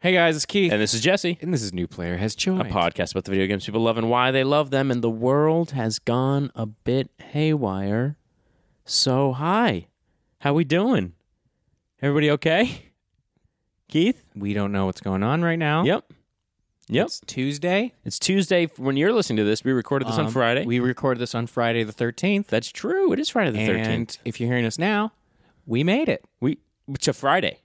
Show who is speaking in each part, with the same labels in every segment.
Speaker 1: Hey guys, it's Keith.
Speaker 2: And this is Jesse,
Speaker 1: And this is New Player Has
Speaker 2: a
Speaker 1: Joined.
Speaker 2: podcast about the video games people love and why they love them. And the world has gone a bit haywire. So, hi, how we doing? Everybody okay? Keith?
Speaker 1: We don't know what's going on right now.
Speaker 2: Yep. Yep.
Speaker 1: It's Tuesday.
Speaker 2: It's Tuesday when you're listening to this. We recorded this on
Speaker 1: Um,
Speaker 2: Friday.
Speaker 1: We recorded this on Friday the 13th.
Speaker 2: That's true. It is Friday the 13th.
Speaker 1: And if you're hearing us now, we made it.
Speaker 2: We to Friday.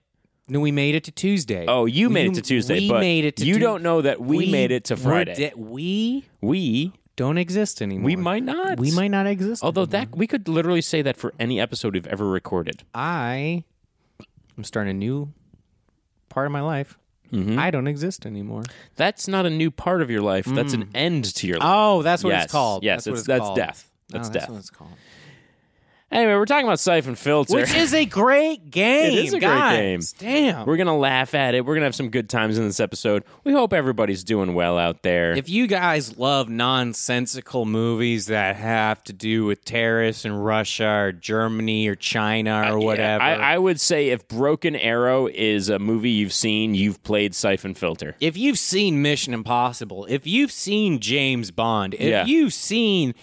Speaker 1: No, we made it to Tuesday.
Speaker 2: Oh, you made
Speaker 1: We-
Speaker 2: it to Tuesday,
Speaker 1: we
Speaker 2: but
Speaker 1: made it to
Speaker 2: you
Speaker 1: Tu-
Speaker 2: don't know that we, made it to
Speaker 1: were
Speaker 2: Friday.
Speaker 1: de- we
Speaker 2: we
Speaker 1: don't exist anymore.
Speaker 2: we might not.
Speaker 1: We might not exist.
Speaker 2: Although that we could literally say that for any episode we've ever recorded.
Speaker 1: I am starting a new part of my life.
Speaker 2: Mm-hmm.
Speaker 1: I don't exist anymore.
Speaker 2: That's not a new part of your life. That's
Speaker 1: Mm.
Speaker 2: an end to your life.
Speaker 1: Oh, that's what
Speaker 2: yes.
Speaker 1: it's called.
Speaker 2: Yes,
Speaker 1: what
Speaker 2: it's-
Speaker 1: it's
Speaker 2: that's
Speaker 1: called.
Speaker 2: death.
Speaker 1: Oh,
Speaker 2: That's death.
Speaker 1: what it's called.
Speaker 2: Anyway, we're talking about Siphon Filter.
Speaker 1: Which is a great game.
Speaker 2: It is a great
Speaker 1: guys. Damn.
Speaker 2: we're gonna laugh at it. We're gonna have some good times in this episode. We hope everybody's doing well out there.
Speaker 1: if you guys love nonsensical movies that have to do with terrorists in Russia or Germany or China or
Speaker 2: Uh, Yeah,
Speaker 1: whatever,
Speaker 2: I, I would say if Broken Arrow is a movie you've seen, you've played Siphon Filter.
Speaker 1: if you've seen Mission Impossible, if you've seen James Bond, if
Speaker 2: Yeah.
Speaker 1: you've seen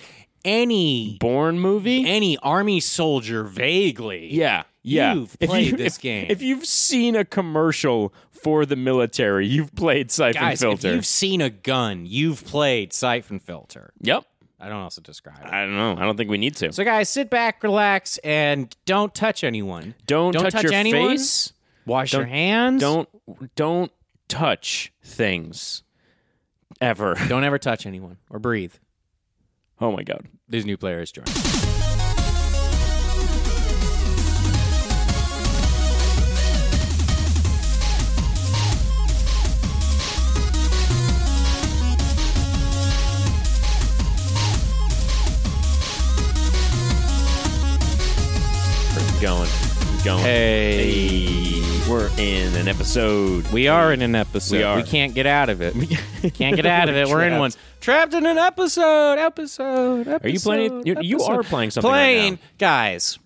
Speaker 1: any
Speaker 2: Born movie?
Speaker 1: any army soldier vaguely,
Speaker 2: Yeah. Yeah.
Speaker 1: You've
Speaker 2: If
Speaker 1: played this
Speaker 2: if-
Speaker 1: game.
Speaker 2: If you've seen a commercial for the military, you've played Siphon
Speaker 1: guys,
Speaker 2: Filter.
Speaker 1: if you've seen a gun, you've played Siphon Filter.
Speaker 2: Yep.
Speaker 1: I don't know how else to describe it.
Speaker 2: I don't know. I don't think we need to.
Speaker 1: So, guys, sit back, relax, and don't touch anyone.
Speaker 2: don't,
Speaker 1: don't
Speaker 2: touch,
Speaker 1: touch
Speaker 2: your
Speaker 1: anyone.
Speaker 2: face.
Speaker 1: Wash your
Speaker 2: Don't-
Speaker 1: hands.
Speaker 2: Don't don't touch things ever.
Speaker 1: don't ever touch anyone or breathe.
Speaker 2: Oh my god.
Speaker 1: These new players join.
Speaker 2: We're going. We're going.
Speaker 1: Hey,
Speaker 2: Hey, We're in an episode.
Speaker 1: we are in an episode.
Speaker 2: We are.
Speaker 1: can't get out of it. can't get out of it. We're in
Speaker 2: trapped.
Speaker 1: one. Trapped in an episode. Episode. episode
Speaker 2: Are you playing? You, you
Speaker 1: episode.
Speaker 2: are playing something
Speaker 1: playing,
Speaker 2: right
Speaker 1: guys.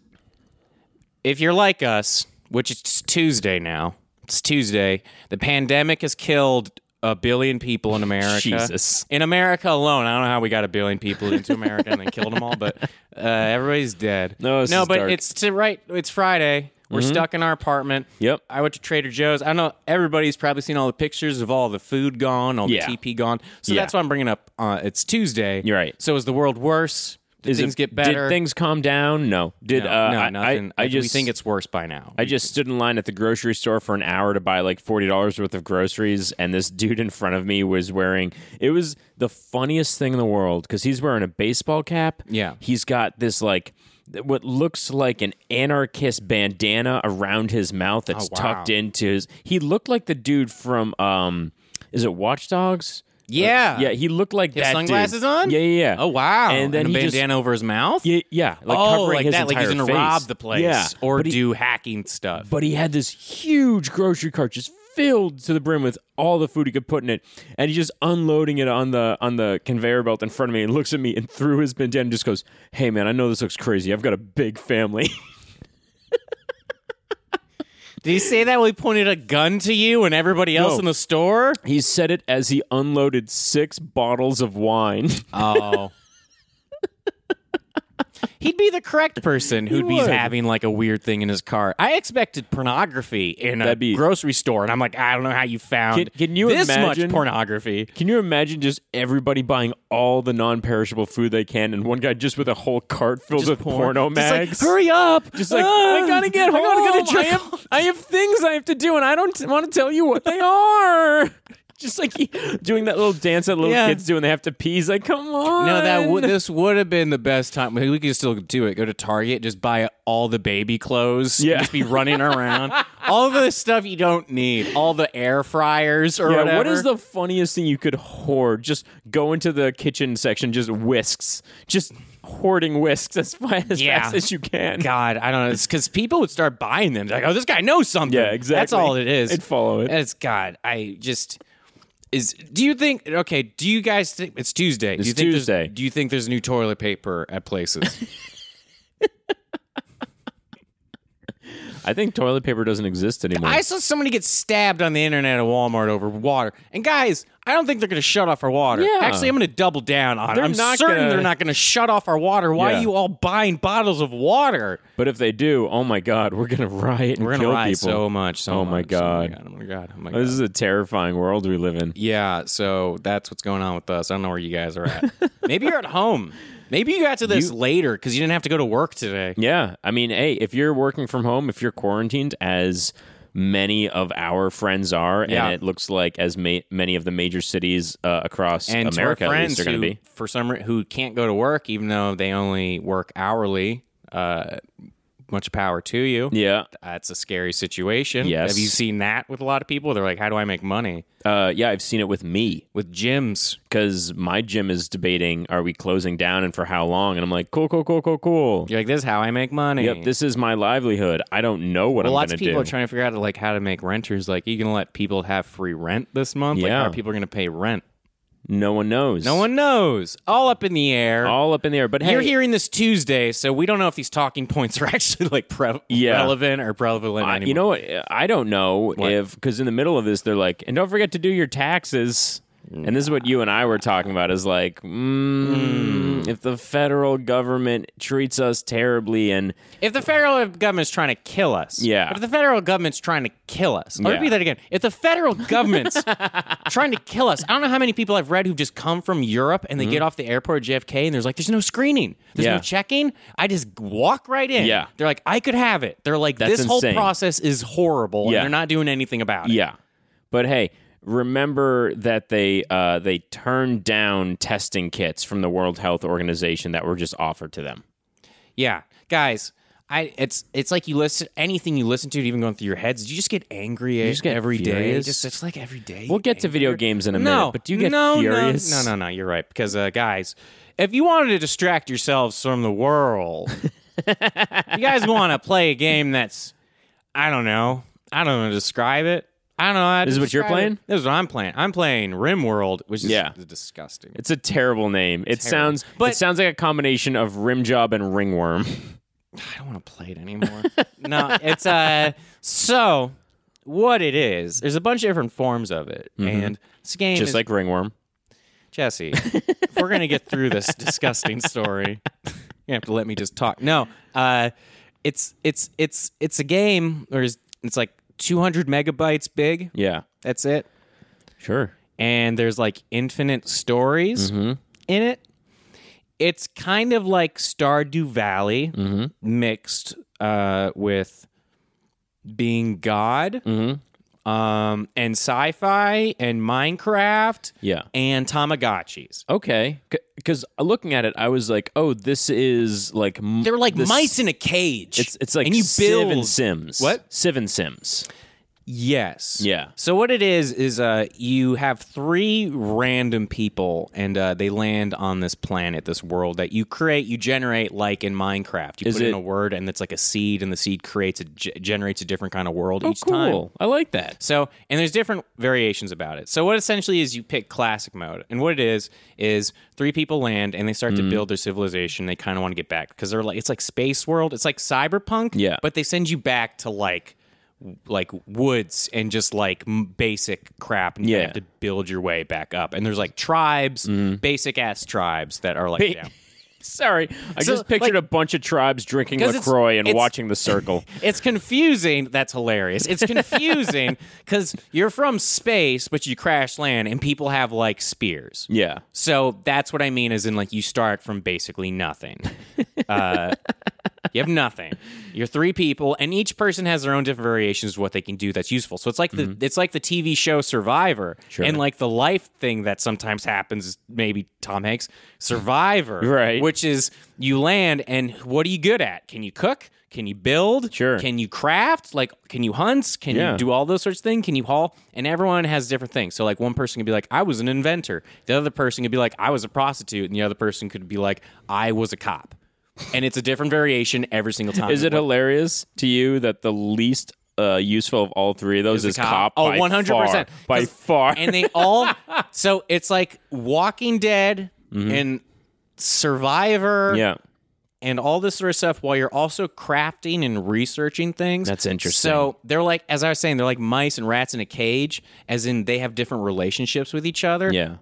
Speaker 1: If you're like us, which it's Tuesday now, it's Tuesday. The pandemic has killed a billion people in America.
Speaker 2: Jesus.
Speaker 1: in America alone, I don't know how we got a billion people into America and then killed them all, but uh, everybody's dead.
Speaker 2: No, this
Speaker 1: no,
Speaker 2: is
Speaker 1: but
Speaker 2: dark. Mm-hmm.
Speaker 1: it's to right. It's Friday. We're stuck in our apartment.
Speaker 2: Yep.
Speaker 1: I went to Trader Joe's. I know everybody's probably seen all the pictures of all the food gone, all
Speaker 2: Yeah.
Speaker 1: the TP gone. So
Speaker 2: Yeah.
Speaker 1: that's why I'm bringing up. Uh, it's Tuesday.
Speaker 2: You're right.
Speaker 1: So is the world worse? Did
Speaker 2: Is it-
Speaker 1: things get better?
Speaker 2: Did things calm down? No. Did
Speaker 1: no,
Speaker 2: uh,
Speaker 1: no,
Speaker 2: I- I,
Speaker 1: nothing.
Speaker 2: I, just
Speaker 1: we think it's worse by now.
Speaker 2: I just stood in line at the grocery store for an hour to buy like forty dollars worth of groceries, and this dude in front of me was wearing. It was the funniest thing in the world because he's wearing a baseball cap.
Speaker 1: Yeah.
Speaker 2: he's got this like th- what looks like an anarchist bandana around his mouth that's
Speaker 1: Oh, wow.
Speaker 2: tucked into his. He looked like the dude from um, is it Watch Dogs? Uh,
Speaker 1: yeah.
Speaker 2: Yeah, he looked like
Speaker 1: His
Speaker 2: that. dude.
Speaker 1: sunglasses on?
Speaker 2: Yeah, yeah, yeah.
Speaker 1: Oh wow.
Speaker 2: And then
Speaker 1: a
Speaker 2: he just-
Speaker 1: bandana over his mouth.
Speaker 2: Yeah, yeah, like
Speaker 1: oh,
Speaker 2: covering
Speaker 1: like
Speaker 2: his
Speaker 1: that. Like he's gonna
Speaker 2: entire face.
Speaker 1: rob the place
Speaker 2: Yeah,
Speaker 1: or
Speaker 2: But he-
Speaker 1: do hacking stuff.
Speaker 2: but he had this huge grocery cart just filled to the brim with all the food he could put in it and he's just unloading it on the on the conveyor belt in front of me and looks at me and through his bandana and just goes hey man i know this looks crazy i've got a big family
Speaker 1: Did he say that? Well, he pointed a gun to you and everybody else
Speaker 2: No.
Speaker 1: in the store.
Speaker 2: he said it as he unloaded six bottles of wine
Speaker 1: Oh. He'd be the correct person who'd be
Speaker 2: would.
Speaker 1: having like a weird thing in his car. I expected pornography in a
Speaker 2: That'd be-
Speaker 1: grocery store, and I'm like, I don't know how you found
Speaker 2: Can- can you
Speaker 1: this
Speaker 2: imagine-
Speaker 1: much pornography.
Speaker 2: can you imagine just everybody buying all the non-perishable food they can and one guy just with a whole cart filled with porno
Speaker 1: Just like,
Speaker 2: mags
Speaker 1: hurry up! Ah!
Speaker 2: Just like, I gotta get home.
Speaker 1: I gotta get a
Speaker 2: I,
Speaker 1: jerk
Speaker 2: have, I have things I have to do, and I don't want to tell you what they are. Just like he, doing that little dance that little
Speaker 1: Yeah.
Speaker 2: kids do when they have to pee. He's like, come on.
Speaker 1: No, that would this would have been the best time. We could still do it. Go to Target, just buy all the baby clothes. and
Speaker 2: Yeah.
Speaker 1: just be running around. all the stuff you don't need. All the air fryers or
Speaker 2: Yeah,
Speaker 1: whatever.
Speaker 2: what is the funniest thing you could hoard? Just go into the kitchen section, just whisks, just hoarding whisks as, fi- as
Speaker 1: Yeah.
Speaker 2: fast as you can.
Speaker 1: God? I don't know. It's because people would start buying them. They're like, oh, this guy knows something.
Speaker 2: Yeah, exactly.
Speaker 1: That's all it is.
Speaker 2: I'd follow it.
Speaker 1: It's God. I just is. Do you think? Okay. Do you guys think it's Tuesday? do you think there's-
Speaker 2: Tuesday.
Speaker 1: Do you think there's new toilet paper at places?
Speaker 2: I think toilet paper doesn't exist anymore.
Speaker 1: I saw somebody get stabbed on the internet at Walmart over water. And guys, I don't think they're going to shut off our water.
Speaker 2: Yeah.
Speaker 1: Actually, I'm going to double down on
Speaker 2: They're
Speaker 1: it. I'm
Speaker 2: not
Speaker 1: certain
Speaker 2: gonna-
Speaker 1: they're not going to shut off our water. Why
Speaker 2: Yeah.
Speaker 1: are you all buying bottles of water?
Speaker 2: but if they do, oh my god, we're gonna riot and
Speaker 1: We're going to
Speaker 2: kill
Speaker 1: riot
Speaker 2: people.
Speaker 1: so much. So
Speaker 2: Oh my
Speaker 1: much,
Speaker 2: God.
Speaker 1: Oh my God. Oh my God. Oh my
Speaker 2: this
Speaker 1: God.
Speaker 2: is a terrifying world we live in.
Speaker 1: Yeah, so that's what's going on with us. I don't know where you guys are at. Maybe you're at home. Maybe you got to this later because you didn't have to go to work today.
Speaker 2: Yeah, I mean, hey, if you're working from home, if you're quarantined, as many of our friends are,
Speaker 1: Yeah.
Speaker 2: and it looks like as ma- many of the major cities uh, across
Speaker 1: and
Speaker 2: America
Speaker 1: to our
Speaker 2: at
Speaker 1: friends
Speaker 2: least are going
Speaker 1: who,
Speaker 2: to be.
Speaker 1: for some re- who can't go to work even though they only work hourly. Uh, much power to you.
Speaker 2: Yeah,
Speaker 1: That's a scary situation.
Speaker 2: Yes.
Speaker 1: Have you seen that with a lot of people? They're like, "How do I make money?"
Speaker 2: uh, yeah, I've seen it with me.
Speaker 1: With gyms,
Speaker 2: because my gym is debating are we closing down and for how long and i'm like cool cool cool cool cool
Speaker 1: you're like, "This is how I make money."
Speaker 2: yep this is my livelihood i don't know what
Speaker 1: Well,
Speaker 2: i'm
Speaker 1: lots
Speaker 2: gonna
Speaker 1: of people
Speaker 2: do
Speaker 1: are trying to figure out like how to make renters. Like, you gonna let people have free rent this month? Like,
Speaker 2: Yeah.
Speaker 1: how are people gonna pay rent?
Speaker 2: no one knows
Speaker 1: No one knows. All up in the air.
Speaker 2: all up in the air but hey
Speaker 1: You're hearing this Tuesday, so we don't know if these talking points are actually like pre-
Speaker 2: Yeah.
Speaker 1: relevant or prevalent
Speaker 2: I-
Speaker 1: anymore.
Speaker 2: you know what Uh, i don't know if because in the middle of this they're like and don't forget to do your taxes and this is what you and I were talking about is like, mm,
Speaker 1: Hmm.
Speaker 2: if the federal government treats us terribly and
Speaker 1: If the federal government's trying to kill us,
Speaker 2: Yeah.
Speaker 1: If the federal government's trying to kill us, I'll
Speaker 2: Yeah.
Speaker 1: repeat that again. If the federal government's trying to kill us, I don't know how many people I've read who've just come from Europe and they get off the airport at JFK and there's like, there's no screening, there's
Speaker 2: Mm-hmm. Yeah.
Speaker 1: no checking. I just walk right in.
Speaker 2: Yeah.
Speaker 1: they're like, I could have it. They're like,
Speaker 2: That's
Speaker 1: this whole
Speaker 2: insane.
Speaker 1: process is horrible,
Speaker 2: Yeah.
Speaker 1: and they're not doing anything about it.
Speaker 2: Yeah, but hey, remember that they uh, they turned down testing kits from the World Health Organization that were just offered to them.
Speaker 1: Yeah, guys, I it's it's like you listen anything you listen to, even going through your heads. You just get angry every day.
Speaker 2: just get furious.
Speaker 1: Just it's like every day.
Speaker 2: We'll get to video games in a minute,
Speaker 1: no,
Speaker 2: but do you get
Speaker 1: no,
Speaker 2: furious?
Speaker 1: No, no, no, no. You're right because uh, guys, if you wanted to distract yourselves from the world, you guys want to play a game that's I don't know. I don't know how to describe it. I don't know. How to
Speaker 2: This is what you're
Speaker 1: describe it.
Speaker 2: playing?
Speaker 1: This is what I'm playing. I'm playing RimWorld, which is
Speaker 2: Yeah.
Speaker 1: disgusting.
Speaker 2: It's a terrible name. It sounds
Speaker 1: But-
Speaker 2: it sounds like a combination of rim job and ringworm.
Speaker 1: I don't want to play it anymore. no, it's uh so what it is, there's a bunch of different forms of it. And this game
Speaker 2: Mm-hmm. just
Speaker 1: is
Speaker 2: like ringworm.
Speaker 1: Jesse. if we're gonna get through this disgusting story, you have to let me just talk. No, uh it's it's it's it's a game or is it's like two hundred megabytes big.
Speaker 2: Yeah.
Speaker 1: That's it.
Speaker 2: Sure.
Speaker 1: And there's like infinite stories in it. It's kind of like Stardew Valley mixed uh, with being God um, and sci fi and Minecraft
Speaker 2: Yeah.
Speaker 1: and Tamagotchis.
Speaker 2: Okay. Because looking at it, I was like, oh, this is like m-
Speaker 1: They're like
Speaker 2: this-
Speaker 1: mice in a cage.
Speaker 2: It's it's like
Speaker 1: and you
Speaker 2: Civ
Speaker 1: build
Speaker 2: and Sims.
Speaker 1: What?
Speaker 2: Civ and Sims.
Speaker 1: Yes.
Speaker 2: Yeah.
Speaker 1: So what it is is uh you have three random people and uh, they land on this planet, this world that you create, you generate like in Minecraft. You
Speaker 2: Is
Speaker 1: put
Speaker 2: it-
Speaker 1: in a word and it's like a seed, and the seed creates a g- generates a different kind of world
Speaker 2: Oh,
Speaker 1: each time.
Speaker 2: I like that.
Speaker 1: So, and there's different variations about it. So, what essentially is you pick classic mode, and what it is is three people land and they start
Speaker 2: Mm-hmm.
Speaker 1: to build their civilization. They kind of want to get back because they're like it's like space world, it's like cyberpunk,
Speaker 2: Yeah.
Speaker 1: But they send you back to like w- like woods and just like m- basic crap, and you
Speaker 2: Yeah. Mm-hmm.
Speaker 1: have to build your way back up. And there's like tribes, basic ass tribes that are like down.
Speaker 2: Sorry, I
Speaker 1: So,
Speaker 2: just pictured
Speaker 1: like-
Speaker 2: a bunch of tribes drinking
Speaker 1: 'Cause it's-
Speaker 2: Lacroix and
Speaker 1: it's-
Speaker 2: watching The Circle.
Speaker 1: It's confusing. That's hilarious. It's confusing because you're from space, but you crash land, and people have like spears.
Speaker 2: yeah,
Speaker 1: So that's what I mean, is in like you start from basically nothing. Uh, you have nothing. You're three people, and each person has their own different variations of what they can do that's useful. So it's like the
Speaker 2: Mm-hmm.
Speaker 1: it's like the TV show Survivor, and like the life thing that sometimes happens. Maybe Tom Hanks Survivor,
Speaker 2: Right.
Speaker 1: Which is you land, and what are you good at? Can you cook? Can you build?
Speaker 2: Sure.
Speaker 1: Can you craft? Like, can you hunt? Can
Speaker 2: Yeah.
Speaker 1: you do all those sorts of things? Can you haul? And everyone has different things. So, like, one person could be like, I was an inventor. The other person could be like, I was a prostitute. And the other person could be like, I was a cop. And it's a different variation every single time.
Speaker 2: is it hilarious to you that the least uh, useful of all three of those is, cop?
Speaker 1: Oh,
Speaker 2: by
Speaker 1: 100%.
Speaker 2: far, by
Speaker 1: 'Cause-
Speaker 2: far.
Speaker 1: and they all, so it's like Walking Dead and Survivor
Speaker 2: Mm-hmm. yeah,
Speaker 1: and all this sort of stuff while you're also crafting and researching things.
Speaker 2: That's interesting.
Speaker 1: So they're like, as I was saying, they're like mice and rats in a cage, as in they have different relationships with each other.
Speaker 2: Yeah.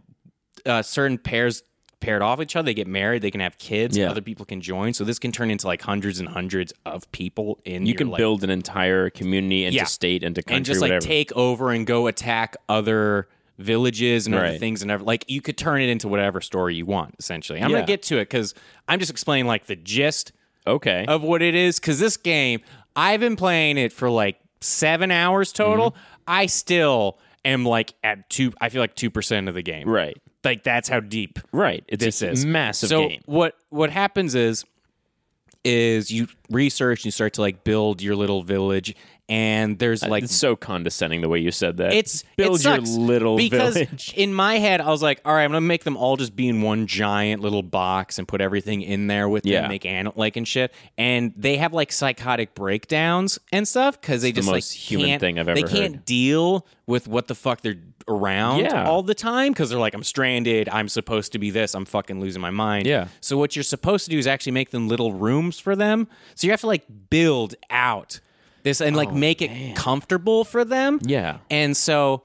Speaker 1: Uh, certain pairs paired off each other, they get married, they can have kids,
Speaker 2: Yeah.
Speaker 1: other people can join. So this can turn into like hundreds and hundreds of people in
Speaker 2: You
Speaker 1: your,
Speaker 2: can
Speaker 1: like,
Speaker 2: build an entire community into
Speaker 1: Yeah.
Speaker 2: state, into country,
Speaker 1: and just like
Speaker 2: whatever.
Speaker 1: take over and go attack other villages and other
Speaker 2: Right.
Speaker 1: things and ever like you could turn it into whatever story you want essentially. I'm
Speaker 2: Yeah.
Speaker 1: gonna get to it because I'm just explaining like the gist
Speaker 2: okay.
Speaker 1: of what it is because this game I've been playing it for like seven hours total.
Speaker 2: Mm-hmm.
Speaker 1: I still am like at two. I feel like two percent of the game.
Speaker 2: right.
Speaker 1: Like that's how deep
Speaker 2: Right. It's
Speaker 1: this
Speaker 2: a
Speaker 1: is
Speaker 2: massive
Speaker 1: so
Speaker 2: game.
Speaker 1: what what happens is is you research and you start to like build your little village and there's like
Speaker 2: It's so condescending the way you said that.
Speaker 1: it's
Speaker 2: build
Speaker 1: it
Speaker 2: your
Speaker 1: sucks
Speaker 2: little
Speaker 1: because
Speaker 2: village.
Speaker 1: in my head I was like, all right, I'm gonna make them all just be in one giant little box and put everything in there with
Speaker 2: Yeah.
Speaker 1: them, make an like and shit. And they have like psychotic breakdowns and stuff because they just
Speaker 2: most
Speaker 1: like
Speaker 2: human
Speaker 1: can't-
Speaker 2: thing I've
Speaker 1: They
Speaker 2: ever
Speaker 1: can't deal with what the fuck they're around
Speaker 2: Yeah.
Speaker 1: all the time because they're like, I'm stranded. I'm supposed to be this. I'm fucking losing my mind.
Speaker 2: Yeah.
Speaker 1: So what you're supposed to do is actually make them little rooms for them. So you have to like build out. This and like make it comfortable for them.
Speaker 2: Oh, Yeah.
Speaker 1: And so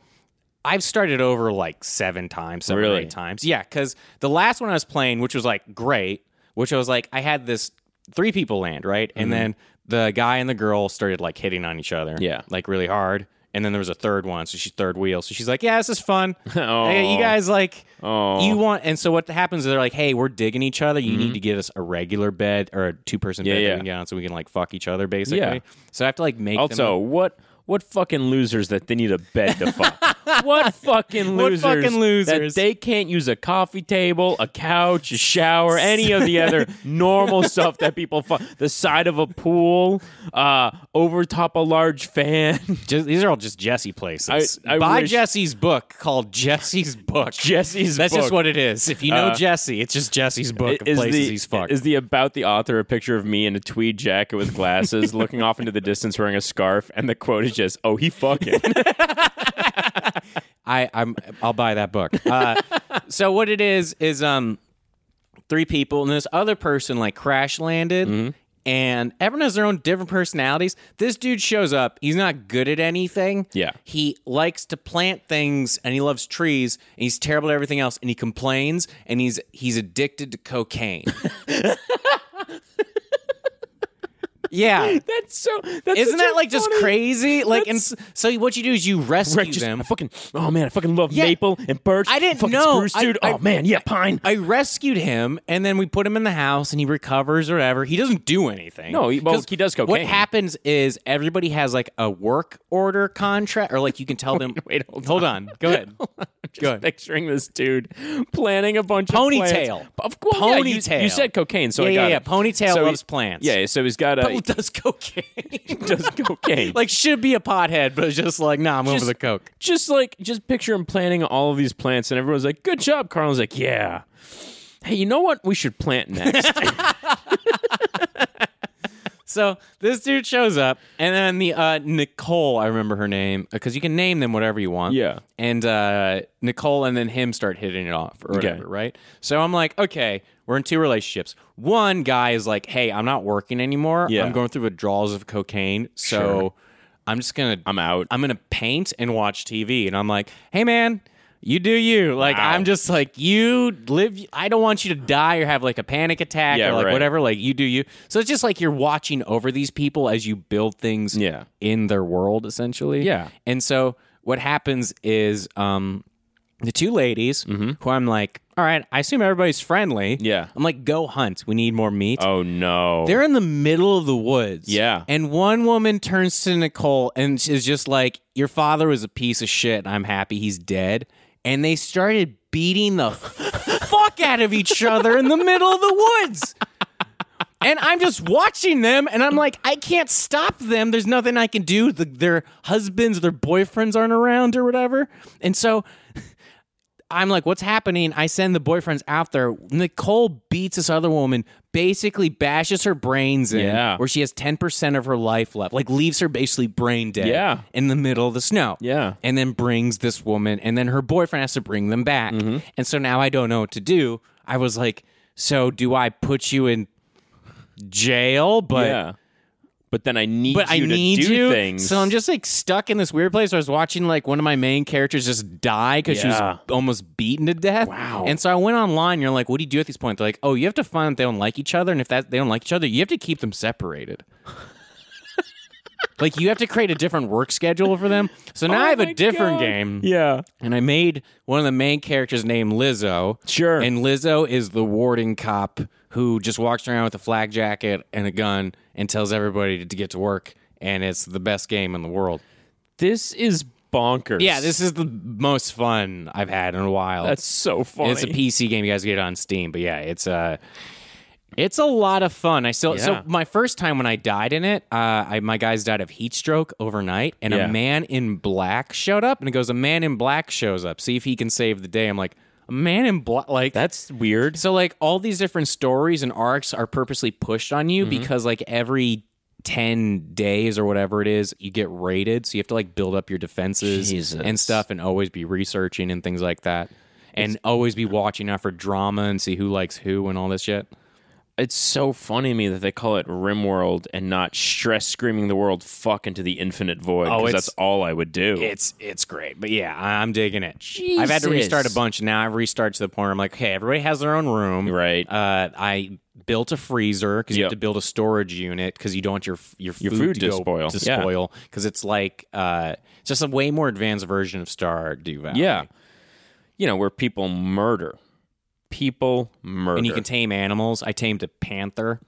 Speaker 1: I've started over like seven times, seven or
Speaker 2: Really?
Speaker 1: eight times. Yeah, because the last one I was playing, which was like great, which I was like, I had this three people land, right? And
Speaker 2: Mm-hmm.
Speaker 1: then the guy and the girl started like hitting on each other.
Speaker 2: Yeah.
Speaker 1: Like really hard. And then there was a third one, so she's third wheel. So she's like, "Yeah, this is fun.
Speaker 2: Oh.
Speaker 1: Hey, you guys like
Speaker 2: Oh.
Speaker 1: you want." And so what happens is they're like, "Hey, we're digging each other. You need to get us a regular bed or a two person bed that
Speaker 2: Mm-hmm. yeah.
Speaker 1: we can get on so we can like fuck each other basically."
Speaker 2: Yeah.
Speaker 1: So I have to like make them
Speaker 2: Also, what what fucking losers that they need a bed to fuck? what fucking
Speaker 1: What
Speaker 2: losers?
Speaker 1: fucking losers?
Speaker 2: That they can't use a coffee table, a couch, a shower, any of the other normal stuff that people fuck. The side of a pool, uh, over top a large fan.
Speaker 1: Just, these are all just Jesse places.
Speaker 2: I- I
Speaker 1: Buy
Speaker 2: wish-
Speaker 1: Jesse's book called Jesse's Book.
Speaker 2: Jesse's
Speaker 1: That's just
Speaker 2: book.
Speaker 1: what it is. If you know
Speaker 2: Uh,
Speaker 1: Jesse, it's just Jesse's book of places
Speaker 2: the,
Speaker 1: he's fucked.
Speaker 2: Is the about the author a picture of me in a tweed jacket with glasses, looking off into the distance wearing a scarf, and the quote is just, "Oh, he fucking."
Speaker 1: I, I'm I'll buy that book. Uh, so what it is is um three people and this other person like crash landed
Speaker 2: Mm-hmm.
Speaker 1: and everyone has their own different personalities. This dude shows up. He's not good at anything.
Speaker 2: Yeah.
Speaker 1: He likes to plant things and he loves trees and he's terrible at everything else and he complains and he's he's addicted to cocaine. yeah.
Speaker 2: that's so. That's
Speaker 1: Isn't
Speaker 2: such a
Speaker 1: that like just
Speaker 2: funny-
Speaker 1: crazy? Like, and s- so what you do is you rescue
Speaker 2: Right, just-
Speaker 1: them.
Speaker 2: I fucking oh man, I fucking love
Speaker 1: Yeah.
Speaker 2: maple and birch.
Speaker 1: I didn't
Speaker 2: fucking
Speaker 1: know.
Speaker 2: spruce,
Speaker 1: I-
Speaker 2: dude.
Speaker 1: I-
Speaker 2: oh man, yeah, pine.
Speaker 1: I rescued him, and then we put him in the house, and he recovers or whatever. He doesn't do anything.
Speaker 2: No, he- well,
Speaker 1: 'Cause
Speaker 2: he does
Speaker 1: What
Speaker 2: cocaine.
Speaker 1: happens is everybody has like a work order contract, or like you can tell them. wait, hold, on. Go ahead. Go ahead.
Speaker 2: Picturing this dude planting a bunch of
Speaker 1: Ponytail.
Speaker 2: plants. Of course, yeah, you-
Speaker 1: Ponytail.
Speaker 2: you, said cocaine, so
Speaker 1: yeah,
Speaker 2: I got
Speaker 1: yeah, yeah.
Speaker 2: it.
Speaker 1: Ponytail
Speaker 2: So he-
Speaker 1: loves plants.
Speaker 2: Yeah, so he's got
Speaker 1: He
Speaker 2: a
Speaker 1: does cocaine.
Speaker 2: does cocaine.
Speaker 1: like should be a pothead, but it's just like nah, I'm over
Speaker 2: Just-
Speaker 1: the coke.
Speaker 2: just like just picture him planting all of these plants, and everyone's like, "Good job, Carl." And he's like, "Yeah." Hey, you know what we should plant next?
Speaker 1: So this dude shows up, and then the uh, Nicole, I remember her name because you can name them whatever you want.
Speaker 2: Yeah.
Speaker 1: And uh, Nicole and then him start hitting it off or
Speaker 2: Okay.
Speaker 1: whatever, right? So I'm like, okay, we're in two relationships. One guy is like, hey, I'm not working anymore.
Speaker 2: Yeah.
Speaker 1: I'm going through withdrawals of cocaine, so
Speaker 2: Sure.
Speaker 1: I'm just gonna
Speaker 2: I'm out.
Speaker 1: I'm gonna paint and watch TV. And I'm like, hey man, you do you. Like
Speaker 2: Wow.
Speaker 1: I'm just like you live. I don't want you to die or have like a panic attack
Speaker 2: Yeah,
Speaker 1: or like
Speaker 2: right.
Speaker 1: whatever. Like you do you. So it's just like you're watching over these people as you build things
Speaker 2: Yeah.
Speaker 1: in their world essentially.
Speaker 2: Yeah.
Speaker 1: And so what happens is um the two ladies who I'm like, all right, I assume everybody's friendly.
Speaker 2: Mm-hmm. Yeah.
Speaker 1: I'm like, go hunt. We need more meat.
Speaker 2: oh no!
Speaker 1: They're in the middle of the woods.
Speaker 2: Yeah.
Speaker 1: And one woman turns to Nicole and is just like, Your father was a piece of shit. and I'm happy he's dead. And they started beating the fuck out of each other in the middle of the woods. And I'm just watching them and I'm like, I can't stop them. There's nothing I can do. The, their husbands, their boyfriends aren't around or whatever. And so I'm like, what's happening? I send the boyfriends out there. Nicole beats this other woman, basically bashes her brains in,
Speaker 2: Yeah.
Speaker 1: where she has 10% of her life left, like leaves her basically brain dead
Speaker 2: Yeah.
Speaker 1: in the middle of the snow.
Speaker 2: Yeah.
Speaker 1: And then brings this woman, and then her boyfriend has to bring them back.
Speaker 2: Mm-hmm.
Speaker 1: And so now I don't know what to do. I was like, so do I put you in jail, but
Speaker 2: yeah. But then I need
Speaker 1: but I
Speaker 2: you to
Speaker 1: need
Speaker 2: do
Speaker 1: you.
Speaker 2: things.
Speaker 1: So I'm just like stuck in this weird place. Where I was watching like one of my main characters just die because she
Speaker 2: Yeah.
Speaker 1: was almost beaten to death.
Speaker 2: Wow.
Speaker 1: And so I went online. And you're like, what do you do at these points? They're like, oh, you have to find that they don't like each other, and if that they don't like each other, you have to keep them separated. like you have to create a different work schedule for them. So now
Speaker 2: Oh
Speaker 1: I have
Speaker 2: my
Speaker 1: a different
Speaker 2: God.
Speaker 1: game,
Speaker 2: yeah,
Speaker 1: and I made one of the main characters named Lizzo.
Speaker 2: sure.
Speaker 1: And Lizzo is the warding cop who just walks around with a flag jacket and a gun and tells everybody to, to get to work. And it's the best game in the world.
Speaker 2: this is bonkers.
Speaker 1: Yeah, this is the most fun I've had in a while.
Speaker 2: that's so funny.
Speaker 1: it's a PC game. You guys get it on Steam, but yeah, it's a it's a lot of fun. I still
Speaker 2: Yeah.
Speaker 1: so my first time when I died in it, uh, I, my guys died of heat stroke overnight, and
Speaker 2: Yeah.
Speaker 1: a man in black showed up, and it goes, a man in black shows up. See if he can save the day. I'm like, a man in black, like
Speaker 2: that's weird.
Speaker 1: so like all these different stories and arcs are purposely pushed on you because like every 10 days or whatever it is, you get raided. So you have to like build up your defenses
Speaker 2: Jesus.
Speaker 1: and stuff and always be researching and things like that. And always be watching out for drama and see who likes who and all this shit.
Speaker 2: It's so funny to me that they call it Rimworld and not stress screaming the world fuck into the infinite void
Speaker 1: Oh,
Speaker 2: because
Speaker 1: it's-
Speaker 2: that's all I would do.
Speaker 1: It's it's great. But yeah, I- I'm digging it. I've had to restart a
Speaker 2: Jesus.
Speaker 1: bunch. Now I've restarted to the point where I'm like, okay, everybody has their own room.
Speaker 2: Right.
Speaker 1: Uh, I built a freezer because you
Speaker 2: Yep.
Speaker 1: have to build a storage unit because you don't want your f- your food,
Speaker 2: Your food
Speaker 1: to
Speaker 2: to
Speaker 1: go
Speaker 2: spoil.
Speaker 1: to
Speaker 2: Yeah.
Speaker 1: spoil because it's like uh, it's just a way more advanced version of Stardew Valley.
Speaker 2: yeah. You know, where people murder. People murder.
Speaker 1: and you can tame animals. I tamed a panther.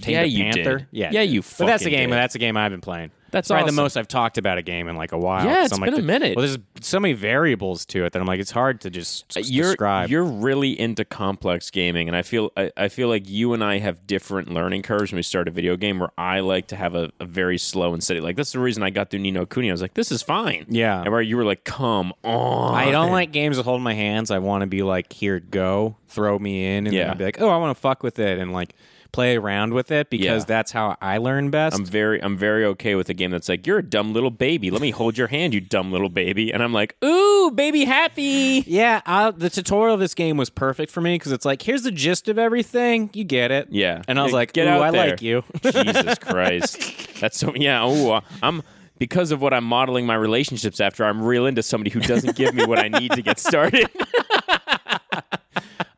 Speaker 1: Tamed
Speaker 2: yeah,
Speaker 1: a
Speaker 2: you
Speaker 1: panther.
Speaker 2: did.
Speaker 1: Yeah,
Speaker 2: yeah, you
Speaker 1: But
Speaker 2: fucking
Speaker 1: that's a game.
Speaker 2: Did.
Speaker 1: That's a game I've been playing.
Speaker 2: That's
Speaker 1: probably
Speaker 2: awesome.
Speaker 1: the most I've talked about a game in like a while.
Speaker 2: Yeah,
Speaker 1: 'cause
Speaker 2: it's
Speaker 1: I'm
Speaker 2: been
Speaker 1: like,
Speaker 2: a minute.
Speaker 1: Well, there's so many variables to it that I'm like, it's hard to just s-
Speaker 2: Uh, you're
Speaker 1: describe.
Speaker 2: you're really into complex gaming, and I feel I, I feel like you and I have different learning curves when we start a video game. Where I like to have a, a very slow and steady. Like that's the reason I got through Nino Kuni. I was like, this is fine.
Speaker 1: Yeah.
Speaker 2: and where you were like, come on.
Speaker 1: I don't like games that hold my hands. I want to be like, here, go, throw me in, and
Speaker 2: Yeah.
Speaker 1: then be like, oh, I want to fuck with it and like play around with it because
Speaker 2: Yeah.
Speaker 1: that's how I learn best.
Speaker 2: I'm very I'm very okay with a game that's like, you're a dumb little baby. Let me hold your hand, you dumb little baby. And I'm like, ooh, baby happy.
Speaker 1: yeah, I, the tutorial of this game was perfect for me because it's like, here's the gist of everything. You get it.
Speaker 2: Yeah.
Speaker 1: And I was
Speaker 2: Hey,
Speaker 1: like,
Speaker 2: get
Speaker 1: ooh,
Speaker 2: out
Speaker 1: I
Speaker 2: there.
Speaker 1: like you.
Speaker 2: Jesus Christ. That's so yeah, ooh, I'm because of what I'm modeling my relationships after, I'm real into somebody who doesn't give me what I need to get started.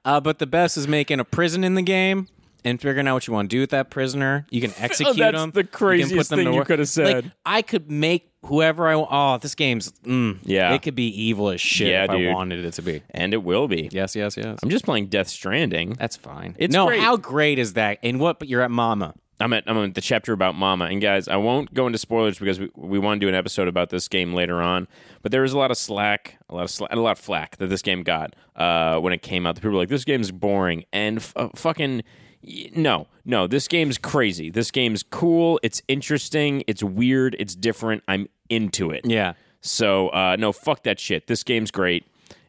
Speaker 1: Uh, but the best is making a prison in the game and figuring out what you want to do with that prisoner. You can execute
Speaker 2: Oh, that's
Speaker 1: them.
Speaker 2: the
Speaker 1: can put
Speaker 2: craziest
Speaker 1: them to
Speaker 2: thing you
Speaker 1: work.
Speaker 2: could have said.
Speaker 1: Like, I could make whoever I want. Oh, this game's mm,
Speaker 2: Yeah.
Speaker 1: It could be evil as shit
Speaker 2: Yeah,
Speaker 1: if
Speaker 2: dude.
Speaker 1: I wanted it to be.
Speaker 2: and it will be.
Speaker 1: Yes, yes, yes.
Speaker 2: I'm just playing Death Stranding.
Speaker 1: That's fine.
Speaker 2: It's
Speaker 1: no,
Speaker 2: great.
Speaker 1: how great is that? And what? But you're at Mama.
Speaker 2: I'm at I'm at the chapter about Mama. And guys, I won't go into spoilers because we, we want to do an episode about this game later on. But there was a lot of slack, a lot of slack, a lot of flack that this game got uh, when it came out. The people were like, "This game's boring," and f- uh, fucking y- no, no, this game's crazy. This game's cool. It's interesting. It's weird. It's different. I'm into it.
Speaker 1: Yeah.
Speaker 2: So uh, no, fuck that shit. This game's great,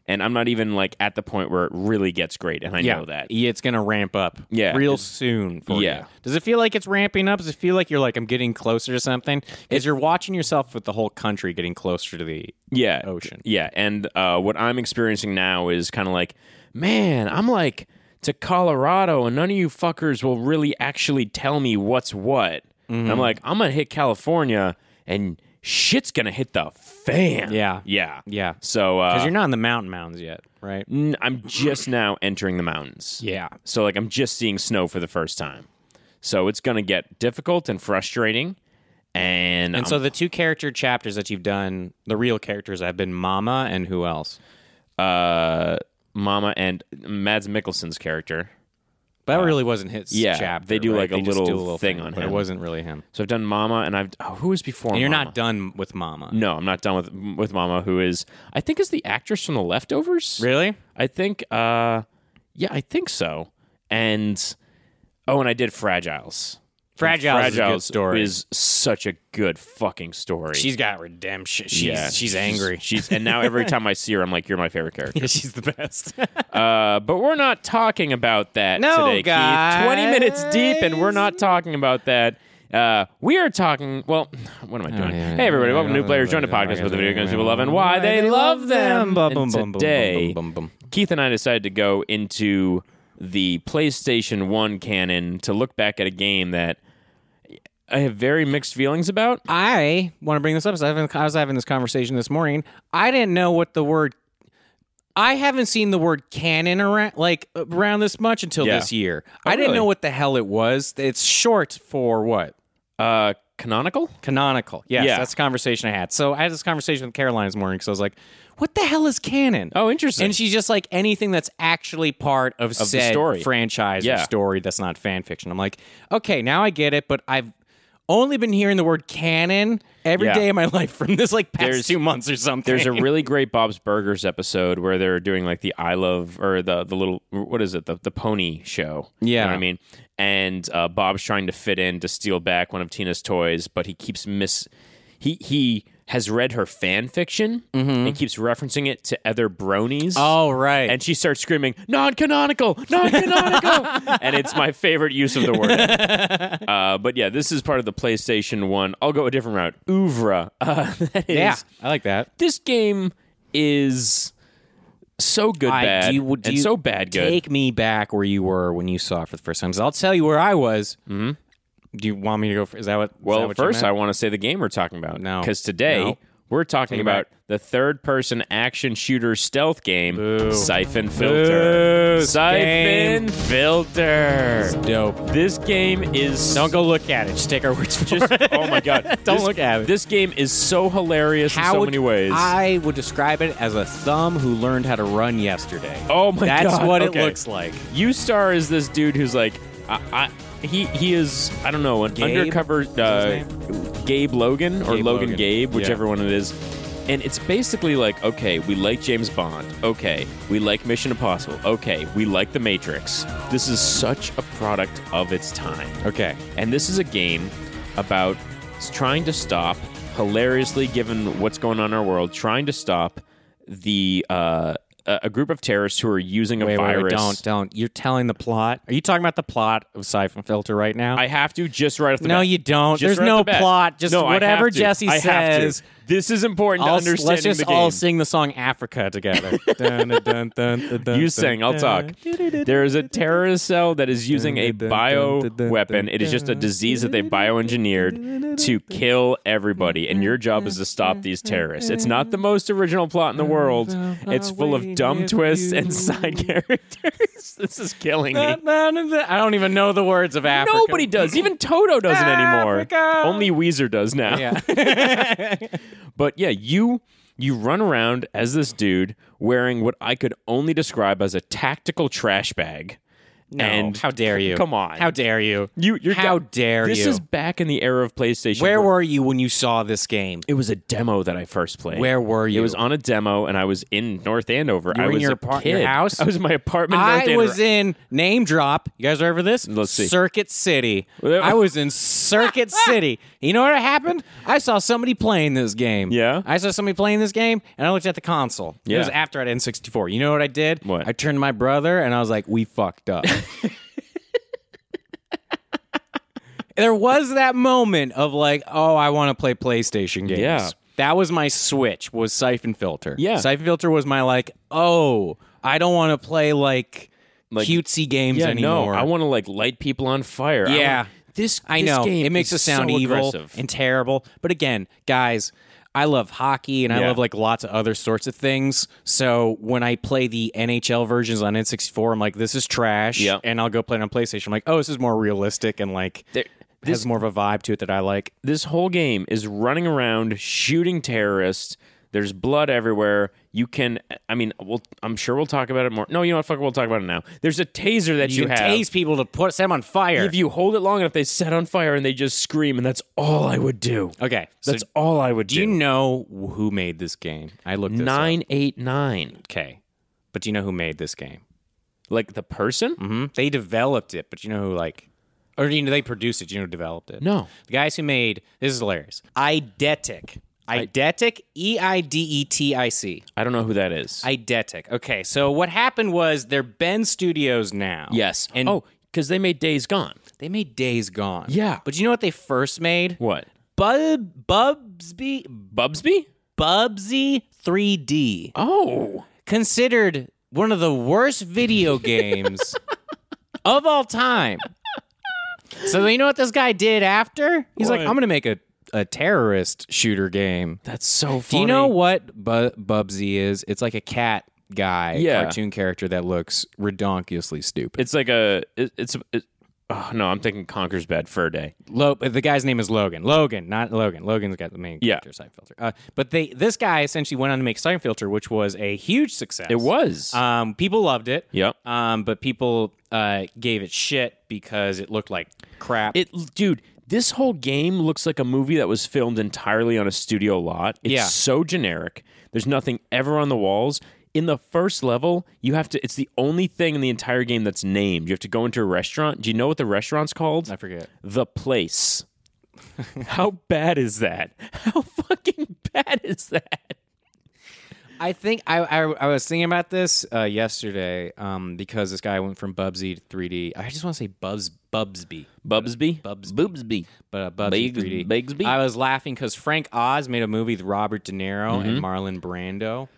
Speaker 2: and I'm not even like at the point where it really gets great, and I
Speaker 1: Yeah.
Speaker 2: know that.
Speaker 1: Yeah, it's gonna ramp up.
Speaker 2: Yeah.
Speaker 1: Real soon. For
Speaker 2: Yeah.
Speaker 1: You. Does it feel like it's ramping up? Does it feel like you're like I'm getting closer to something? Because you're watching yourself with the whole country getting closer to the.
Speaker 2: yeah
Speaker 1: ocean.
Speaker 2: yeah and uh, what i'm experiencing now is kind of like man i'm like to colorado and none of you fuckers will really actually tell me what's what and
Speaker 1: Mm-hmm.
Speaker 2: i'm like i'm gonna hit california and shit's gonna hit the fan
Speaker 1: Yeah.
Speaker 2: yeah
Speaker 1: Yeah.
Speaker 2: so uh,
Speaker 1: Because you're not in the mountain mountains yet, right?
Speaker 2: n- i'm just now entering the mountains
Speaker 1: Yeah.
Speaker 2: so like I'm just seeing snow for the first time. So it's gonna get difficult and frustrating. And,
Speaker 1: And
Speaker 2: I'm-
Speaker 1: so the two character chapters that you've done, the real characters have been Mama and who else?
Speaker 2: uh, Mama and Mads Mikkelsen's character.
Speaker 1: That really wasn't his
Speaker 2: yeah,
Speaker 1: chapter.
Speaker 2: they do,
Speaker 1: right?
Speaker 2: like, a
Speaker 1: just do
Speaker 2: little thing on
Speaker 1: but
Speaker 2: him.
Speaker 1: It wasn't really him.
Speaker 2: So I've done Mama, and I've oh, who was before?
Speaker 1: And you're
Speaker 2: Mama?
Speaker 1: not done with Mama.
Speaker 2: No, I'm not done with with Mama, who is I think is the actress from The Leftovers.
Speaker 1: Really?
Speaker 2: I think. Uh, yeah, I think so. And oh, and I did Fragiles.
Speaker 1: Fragile is a good
Speaker 2: Fragiles
Speaker 1: story.
Speaker 2: is such a good fucking story.
Speaker 1: She's got redemption. She's she's angry.
Speaker 2: She's and now every time I see her, I'm like, "You're my favorite character."
Speaker 1: she's the best.
Speaker 2: Uh, but we're not talking about that
Speaker 1: No,
Speaker 2: today, Keith. Twenty minutes deep, and we're
Speaker 1: guys.
Speaker 2: not talking about that. Uh, we are talking. Well, what am I doing?
Speaker 1: Oh, yeah,
Speaker 2: hey, everybody!
Speaker 1: yeah,
Speaker 2: welcome to
Speaker 1: yeah,
Speaker 2: New Players.
Speaker 1: yeah,
Speaker 2: Join a
Speaker 1: yeah,
Speaker 2: podcast
Speaker 1: yeah,
Speaker 2: about
Speaker 1: yeah,
Speaker 2: the video
Speaker 1: yeah,
Speaker 2: games
Speaker 1: yeah,
Speaker 2: people love and
Speaker 1: yeah,
Speaker 2: why
Speaker 1: yeah,
Speaker 2: they
Speaker 1: yeah,
Speaker 2: love
Speaker 1: yeah,
Speaker 2: them.
Speaker 1: bum,
Speaker 2: And
Speaker 1: bum, bum, bum,
Speaker 2: today,
Speaker 1: bum, bum, bum.
Speaker 2: Keith and I decided to go into the PlayStation 1 canon to look back at a game that I have very mixed feelings about.
Speaker 1: I want to bring this up. 'cause I haven't- I was having this conversation this morning. I didn't know what the word. I haven't seen the word canon around like around this much until
Speaker 2: Yeah. Oh,
Speaker 1: this year. I didn't
Speaker 2: really?
Speaker 1: know what the hell it was. It's short for what?
Speaker 2: Uh, canonical?
Speaker 1: Canonical. Yes,
Speaker 2: Yeah.
Speaker 1: that's the conversation I had. So I had this conversation with Caroline this morning because I was like, "What the hell is canon?"
Speaker 2: Oh, interesting.
Speaker 1: And she's just like anything that's actually part of, said
Speaker 2: story.
Speaker 1: franchise
Speaker 2: Yeah.
Speaker 1: or story that's not fan fiction. I'm like, okay, now I get it, but I've only been hearing the word canon every day
Speaker 2: Yeah.
Speaker 1: of my life from this like past
Speaker 2: There's-
Speaker 1: two months or something.
Speaker 2: There's a really great Bob's Burgers episode where they're doing like the I love or the the little what is it the the pony show. you
Speaker 1: Yeah.
Speaker 2: know what I mean. And uh, Bob's trying to fit in to steal back one of Tina's toys, but he keeps miss. He he has read her fan fiction and keeps referencing it to other bronies.
Speaker 1: Mm-hmm. oh right.
Speaker 2: And she starts screaming, non canonical, non canonical. and it's my favorite use of the word. uh, but yeah, this is part of the PlayStation 1. I'll go a different route. Ouvra. Uh, that is,
Speaker 1: yeah, I like that.
Speaker 2: this game is so good
Speaker 1: I-
Speaker 2: bad
Speaker 1: do you- do
Speaker 2: and
Speaker 1: you
Speaker 2: so bad good.
Speaker 1: Take me back where you were when you saw it for the first time. 'cause I'll tell you where I was. Mm-hmm. Do you want me to go? For, is that what? is that
Speaker 2: well,
Speaker 1: what you
Speaker 2: first
Speaker 1: meant?
Speaker 2: I want to say the game we're talking about.
Speaker 1: No.
Speaker 2: because today
Speaker 1: No.
Speaker 2: we're talking
Speaker 1: back.
Speaker 2: about the third-person action shooter stealth game, Siphon Filter. Siphon
Speaker 1: game.
Speaker 2: Filter.
Speaker 1: dope.
Speaker 2: This game is
Speaker 1: Don't go look at it. Just take our words for
Speaker 2: just
Speaker 1: it.
Speaker 2: oh my god!
Speaker 1: Don't
Speaker 2: This-
Speaker 1: look at it.
Speaker 2: This game is so hilarious
Speaker 1: How
Speaker 2: in so
Speaker 1: would-
Speaker 2: many ways.
Speaker 1: I would describe it as a thumb who learned how to run yesterday.
Speaker 2: oh my
Speaker 1: That's
Speaker 2: god!
Speaker 1: what
Speaker 2: Okay.
Speaker 1: it looks like.
Speaker 2: U Star is this dude who's like, I, I he he is I don't know an
Speaker 1: Gabe?
Speaker 2: undercover uh,
Speaker 1: Is
Speaker 2: Gabe Logan or
Speaker 1: Gabe
Speaker 2: Logan,
Speaker 1: Logan.
Speaker 2: Gabe,
Speaker 1: Yeah.
Speaker 2: whichever one it is. And it's basically like, okay, we like James Bond. Okay, we like Mission Impossible. Okay, we like The Matrix. This is such a product of its time.
Speaker 1: Okay.
Speaker 2: And this is a game about s- trying to stop, hilariously given what's going on in our world, trying to stop the uh, a a group of terrorists who are using a
Speaker 1: Wait, wait,
Speaker 2: virus.
Speaker 1: wait, don't, don't. You're telling the plot. Are you talking about the plot of Siphon Filter right now?
Speaker 2: I have to just right off the
Speaker 1: no,
Speaker 2: bat.
Speaker 1: you don't.
Speaker 2: Just
Speaker 1: There's
Speaker 2: right off
Speaker 1: no
Speaker 2: the bat.
Speaker 1: plot. Just
Speaker 2: No, I have
Speaker 1: whatever
Speaker 2: to.
Speaker 1: Jesse
Speaker 2: I have to.
Speaker 1: says.
Speaker 2: This is important
Speaker 1: I'll
Speaker 2: to
Speaker 1: s-
Speaker 2: understanding
Speaker 1: let's just
Speaker 2: the game.
Speaker 1: all sing the song Africa together. dun, dun, dun, dun, dun, dun,
Speaker 2: you sing, I'll
Speaker 1: dun.
Speaker 2: talk. There is a terrorist cell that is using a bio weapon. It is just a disease that they bioengineered to kill everybody, and your job is to stop these terrorists. It's not the most original plot in the world. It's full of dumb twists and side characters. This is killing me.
Speaker 1: Dun, dun, dun, dun. I don't even know the words of Africa.
Speaker 2: Nobody does. Even Toto doesn't anymore.
Speaker 1: Africa.
Speaker 2: Only Weezer does now.
Speaker 1: Yeah.
Speaker 2: But yeah, you you run around as this dude wearing what I could only describe as a tactical trash bag.
Speaker 1: No.
Speaker 2: And-
Speaker 1: how dare you?
Speaker 2: Come on.
Speaker 1: How dare you?
Speaker 2: You, you're
Speaker 1: How dare
Speaker 2: this
Speaker 1: you?
Speaker 2: is back in the era of PlayStation.
Speaker 1: Where were you when you saw this game?
Speaker 2: it was a demo that I first played.
Speaker 1: Where were you?
Speaker 2: it was on a demo, and I was in North Andover. I
Speaker 1: were in
Speaker 2: was
Speaker 1: your
Speaker 2: a
Speaker 1: apart-
Speaker 2: kid.
Speaker 1: your house?
Speaker 2: I was in my apartment. In North
Speaker 1: I
Speaker 2: Andover.
Speaker 1: was in name drop. You guys ready for this?
Speaker 2: Let's see.
Speaker 1: Circuit City.
Speaker 2: Well, that-
Speaker 1: I was in Circuit City. You know what happened? I saw somebody playing this game.
Speaker 2: Yeah?
Speaker 1: I saw somebody playing this game, and I looked at the console. It
Speaker 2: Yeah.
Speaker 1: was after I had N64. You know what I did?
Speaker 2: What?
Speaker 1: I turned to my brother, and I was like, "We fucked up." there was that moment of like, "Oh, I want to play PlayStation games."
Speaker 2: Yeah.
Speaker 1: That was my switch. Was Siphon Filter.
Speaker 2: Yeah.
Speaker 1: Siphon Filter was my like, oh, I don't want to play like,
Speaker 2: Like-
Speaker 1: cutesy games
Speaker 2: yeah,
Speaker 1: anymore.
Speaker 2: no, I want to like light people on fire. I
Speaker 1: Yeah.
Speaker 2: wanna- this
Speaker 1: I
Speaker 2: this
Speaker 1: know
Speaker 2: game
Speaker 1: it makes
Speaker 2: is
Speaker 1: us sound
Speaker 2: so
Speaker 1: evil
Speaker 2: aggressive.
Speaker 1: and terrible. But again, guys, I love hockey and I
Speaker 2: Yeah.
Speaker 1: love like lots of other sorts of things. So when I play the NHL versions on N64, I'm like, this is trash.
Speaker 2: Yeah.
Speaker 1: And I'll go play it on PlayStation. I'm like, oh, this is more realistic and like
Speaker 2: There-
Speaker 1: has more of a vibe to it that I like.
Speaker 2: this whole game is running around shooting terrorists. There's blood everywhere. You can, I mean, we'll, I'm sure we'll talk about it more. No, you know what? Fuck, it, we'll talk about it now. There's a taser that you,
Speaker 1: You, can
Speaker 2: have.
Speaker 1: tase people to put set them on fire.
Speaker 2: if you hold it long enough, they set on fire and they just scream, and that's all I would do.
Speaker 1: okay, Oh, so
Speaker 2: That's all I would
Speaker 1: do you know who made this game? I looked this uh, up.
Speaker 2: Nine eight nine,
Speaker 1: Okay. But do you know who made this game?
Speaker 2: like the person?
Speaker 1: Mm-hmm. They developed it, but you know who like or you know they produced it, you know who developed it?
Speaker 2: No.
Speaker 1: The guys who made this is hilarious. Eidetic. Eidetic, E I D E T I C.
Speaker 2: I don't know who that is.
Speaker 1: Eidetic. Okay, so what happened was they're Ben Studios now.
Speaker 2: yes.
Speaker 1: And
Speaker 2: oh, because they made Days Gone.
Speaker 1: they made Days Gone.
Speaker 2: Yeah.
Speaker 1: But you know what they first made?
Speaker 2: What?
Speaker 1: Bub Bubsby
Speaker 2: Bubsby?
Speaker 1: Bubsy 3D.
Speaker 2: Oh,
Speaker 1: Considered one of the worst video games of all time. so you know what this guy did after? He's like,
Speaker 2: What?
Speaker 1: I'm gonna make a, a terrorist shooter game.
Speaker 2: That's so funny.
Speaker 1: Do you know what Bu- Bubsy is? It's like a cat guy,
Speaker 2: Yeah.
Speaker 1: cartoon character that looks redonkulously stupid.
Speaker 2: It's like a. It, it's. It, oh no, I'm thinking Conker's Bad Fur Day.
Speaker 1: Lo- the guy's name is Logan. Logan, not Logan. Logan's got the main
Speaker 2: Yeah.
Speaker 1: character, Side Filter. Uh, but they this guy essentially went on to make Side Filter, which was a huge success.
Speaker 2: It was.
Speaker 1: Um, people loved it.
Speaker 2: yep.
Speaker 1: Um, but people uh, gave it shit because it looked like crap.
Speaker 2: It, dude. This whole game looks like a movie that was filmed entirely on a studio lot. It's
Speaker 1: Yeah.
Speaker 2: so generic. There's nothing ever on the walls. In the first level, you have to. It's the only thing in the entire game that's named. You have to go into a restaurant. Do you know what the restaurant's called?
Speaker 1: I forget.
Speaker 2: the place. How bad is that? How fucking bad is that?
Speaker 1: I think I, I I was thinking about this uh, yesterday um, because this guy went from Bubsy to 3D. I just want to say Bubs Bubsby, Bubsby.
Speaker 2: Bubsby. Bubsby.
Speaker 1: but uh, Bubsy
Speaker 2: Bigs-
Speaker 1: 3D.
Speaker 2: Bigsby?
Speaker 1: I was laughing because Frank Oz made a movie with Robert De Niro and
Speaker 2: Mm-hmm.
Speaker 1: Marlon Brando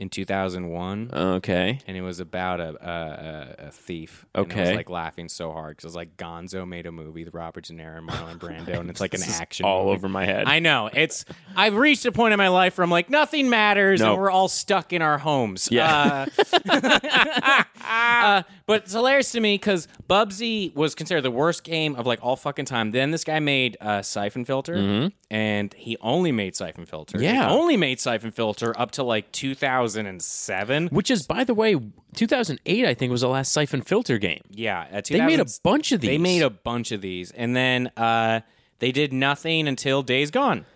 Speaker 1: in 2001.
Speaker 2: Okay.
Speaker 1: and it was about a a, a, a thief. And I was
Speaker 2: Okay.
Speaker 1: like laughing so hard because I was like, Gonzo made a movie with Robert De Niro and Marlon Brando, and it's like an
Speaker 2: This is
Speaker 1: action.
Speaker 2: all
Speaker 1: movie.
Speaker 2: over my head.
Speaker 1: I know it's. I've reached a point in my life where I'm like, nothing matters,
Speaker 2: No.
Speaker 1: and we're all stuck in our homes.
Speaker 2: Yeah.
Speaker 1: Uh, uh, but it's hilarious to me because Bubsy was considered the worst game of like all fucking time. Then this guy made uh, Siphon Filter, and he only made Siphon Filter. He
Speaker 2: Mm-hmm. Yeah.
Speaker 1: only made Siphon Filter up to like 2007.
Speaker 2: Which is, by the way, 2008. I think was the last Siphon Filter game.
Speaker 1: Yeah, uh,
Speaker 2: They made a
Speaker 1: 2000s
Speaker 2: bunch of these.
Speaker 1: They made a bunch of these, and then uh, they did nothing until Days Gone.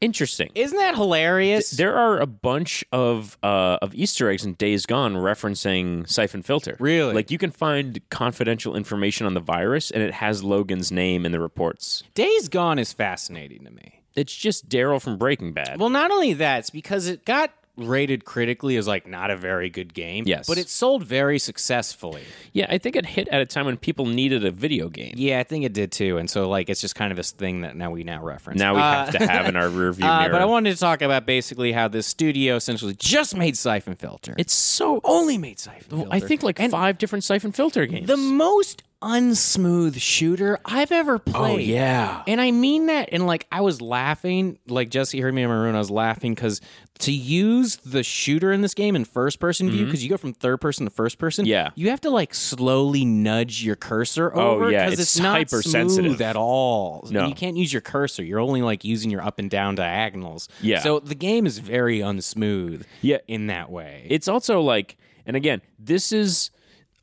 Speaker 2: interesting.
Speaker 1: Isn't that hilarious?
Speaker 2: there are a bunch of uh, of Easter eggs in Days Gone referencing Siphon Filter.
Speaker 1: Really?
Speaker 2: Like you can find confidential information on the virus, and it has Logan's name in the reports.
Speaker 1: Days Gone is fascinating to me.
Speaker 2: It's just Daryl from Breaking Bad.
Speaker 1: Well, not only that, it's because it got rated critically as like not a very good game.
Speaker 2: Yes.
Speaker 1: but it sold very successfully.
Speaker 2: Yeah, I think it hit at a time when people needed a video game.
Speaker 1: Yeah, I think it did too. And so like it's just kind of this thing that now we now reference.
Speaker 2: Now we
Speaker 1: Uh,
Speaker 2: have to have in our rearview
Speaker 1: uh,
Speaker 2: mirror.
Speaker 1: but I wanted to talk about basically how this studio essentially just made Siphon Filter.
Speaker 2: it's so.
Speaker 1: only made Siphon Filter.
Speaker 2: I think like five different siphon filter games.
Speaker 1: the most unsmooth shooter I've ever played.
Speaker 2: oh yeah,
Speaker 1: And I mean that, and like I was laughing, like Jesse heard me in my room. and I was laughing because to use the shooter in this game in first person view, because you go from third person to first person,
Speaker 2: Mm-hmm. Yeah.
Speaker 1: you have to like slowly nudge your cursor
Speaker 2: Oh,
Speaker 1: over
Speaker 2: yeah,
Speaker 1: because
Speaker 2: it's
Speaker 1: it's, not
Speaker 2: hypersensitive.
Speaker 1: smooth at all.
Speaker 2: No.
Speaker 1: you can't use your cursor. You're only like using your up and down diagonals.
Speaker 2: Yeah.
Speaker 1: so the game is very unsmooth.
Speaker 2: Yeah.
Speaker 1: in that way.
Speaker 2: it's also like, and again, this is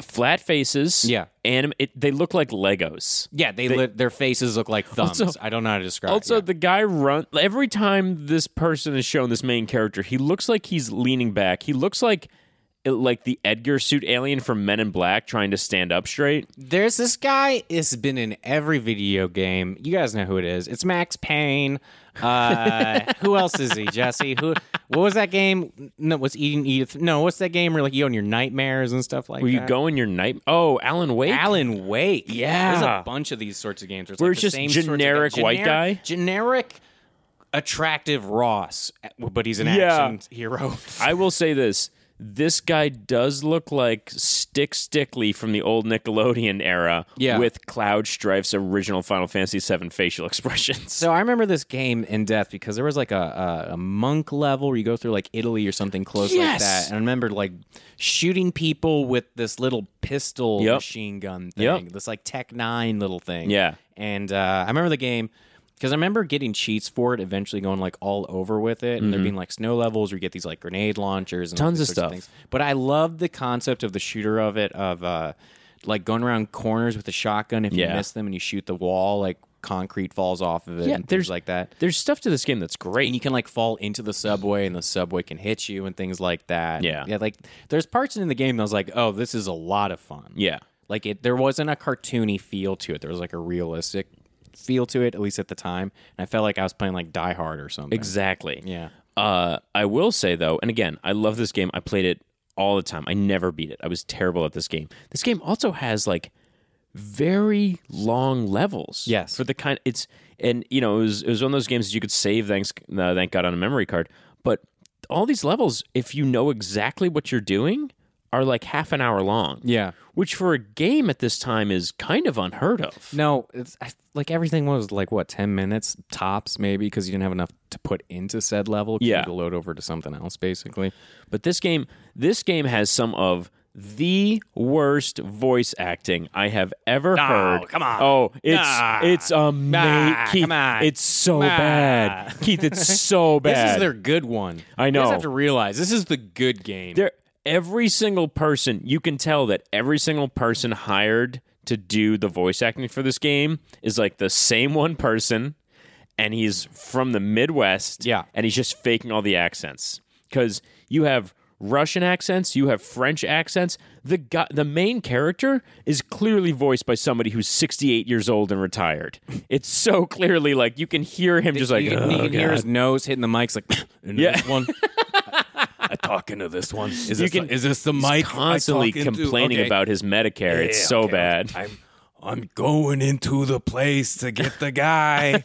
Speaker 2: flat faces.
Speaker 1: Yeah.
Speaker 2: anim- it, they look like Legos.
Speaker 1: yeah, they, li- their faces look like thumbs. I don't know how to describe.
Speaker 2: Also,
Speaker 1: yeah.
Speaker 2: the guy run every time this person is shown this main character, he looks like he's leaning back. He looks like like the Edgar suit alien from Men in Black trying to stand up straight.
Speaker 1: There's this guy has been in every video game. You guys know who it is. It's Max Payne. Uh, who else is he? Jesse? Who? What was that game? No, what's eating Edith? No, what's that game where like you own your nightmares and stuff like
Speaker 2: Where you
Speaker 1: that?
Speaker 2: go in your night? Oh, Alan Wake.
Speaker 1: Alan Wake.
Speaker 2: Yeah.
Speaker 1: there's a bunch of these sorts of games. Where it's,
Speaker 2: Where
Speaker 1: like
Speaker 2: it's
Speaker 1: the
Speaker 2: just
Speaker 1: same sorts of guy-
Speaker 2: generic white
Speaker 1: generic-
Speaker 2: guy?
Speaker 1: generic, attractive Ross, eh, but he's an
Speaker 2: Yeah.
Speaker 1: action hero.
Speaker 2: I will say this. This guy does look like Stick Stickley from the old Nickelodeon era
Speaker 1: Yeah.
Speaker 2: with Cloud Strife's original Final Fantasy VII facial expressions.
Speaker 1: So I remember this game in depth because there was like a, a, a monk level where you go through like Italy or something close like
Speaker 2: Yes.
Speaker 1: that. And I remember like shooting people with this little pistol
Speaker 2: Yep.
Speaker 1: machine gun thing,
Speaker 2: Yep.
Speaker 1: this like Tech Nine little thing.
Speaker 2: Yeah.
Speaker 1: And uh, I remember the game because I remember getting cheats for it, eventually going like all over with it, and there being like snow levels where you get these like grenade launchers and all
Speaker 2: Mm-hmm. Tons
Speaker 1: these
Speaker 2: of
Speaker 1: sorts
Speaker 2: stuff.
Speaker 1: things. But I loved the concept of the shooter of it of uh, like going around corners with a shotgun if you
Speaker 2: Yeah.
Speaker 1: miss them and you shoot the wall like concrete falls off of it
Speaker 2: Yeah,
Speaker 1: and things
Speaker 2: there's-
Speaker 1: like that.
Speaker 2: There's stuff to this game that's
Speaker 1: And
Speaker 2: great.
Speaker 1: you can like fall into the subway and the subway can hit you and things like that.
Speaker 2: Yeah.
Speaker 1: Yeah, like there's parts in the game that I was like, oh, this is a lot of fun.
Speaker 2: Yeah.
Speaker 1: Like it there wasn't a cartoony feel to it. There was like a realistic feel to it, at least at the time. And I felt like I was playing like Die Hard or something.
Speaker 2: Exactly.
Speaker 1: yeah.
Speaker 2: Uh, I will say though, and again, I love this game. I played it all the time. I never beat it. I was terrible at this game. This game also has like very long levels.
Speaker 1: Yes.
Speaker 2: for the kind it's and you know it was it was one of those games that you could save thanks uh, thank God on a memory card. But all these levels, if you know exactly what you're doing, are like half an hour long.
Speaker 1: Yeah.
Speaker 2: Which for a game at this time is kind of unheard of.
Speaker 1: No, it's I- like everything was like what ten minutes tops, maybe because you didn't have enough to put into said level. 'cause you
Speaker 2: Yeah.
Speaker 1: had to load over to something else, basically.
Speaker 2: But this game, this game has some of the worst voice acting I have ever heard.
Speaker 1: come on.
Speaker 2: Oh, it's
Speaker 1: Nah.
Speaker 2: it's amazing.
Speaker 1: Nah,
Speaker 2: Keith,
Speaker 1: come on.
Speaker 2: it's so
Speaker 1: Nah.
Speaker 2: bad. Keith, it's so bad.
Speaker 1: This is their good one.
Speaker 2: I
Speaker 1: You guys
Speaker 2: know.
Speaker 1: have to realize this is the good game.
Speaker 2: There, every single person, you can tell that every single person hired to do the voice acting for this game is like the same one person, and he's from the Midwest.
Speaker 1: Yeah.
Speaker 2: and he's just faking all the accents because you have Russian accents, you have French accents. The guy, the main character is clearly voiced by somebody who's 68 years old and retired. It's so clearly like you can hear him just like
Speaker 1: you can,
Speaker 2: "Oh,
Speaker 1: you can hear
Speaker 2: God."
Speaker 1: his nose hitting the mics, like into
Speaker 2: Yeah.
Speaker 1: this one. I talk into this one. Is this
Speaker 2: can-
Speaker 1: the, is this the
Speaker 2: He's
Speaker 1: mic? I
Speaker 2: constantly
Speaker 1: talk into?
Speaker 2: complaining
Speaker 1: Okay.
Speaker 2: about his Medicare. it's
Speaker 1: Yeah,
Speaker 2: so
Speaker 1: okay,
Speaker 2: bad.
Speaker 1: okay. I'm I'm going into the place to get the guy.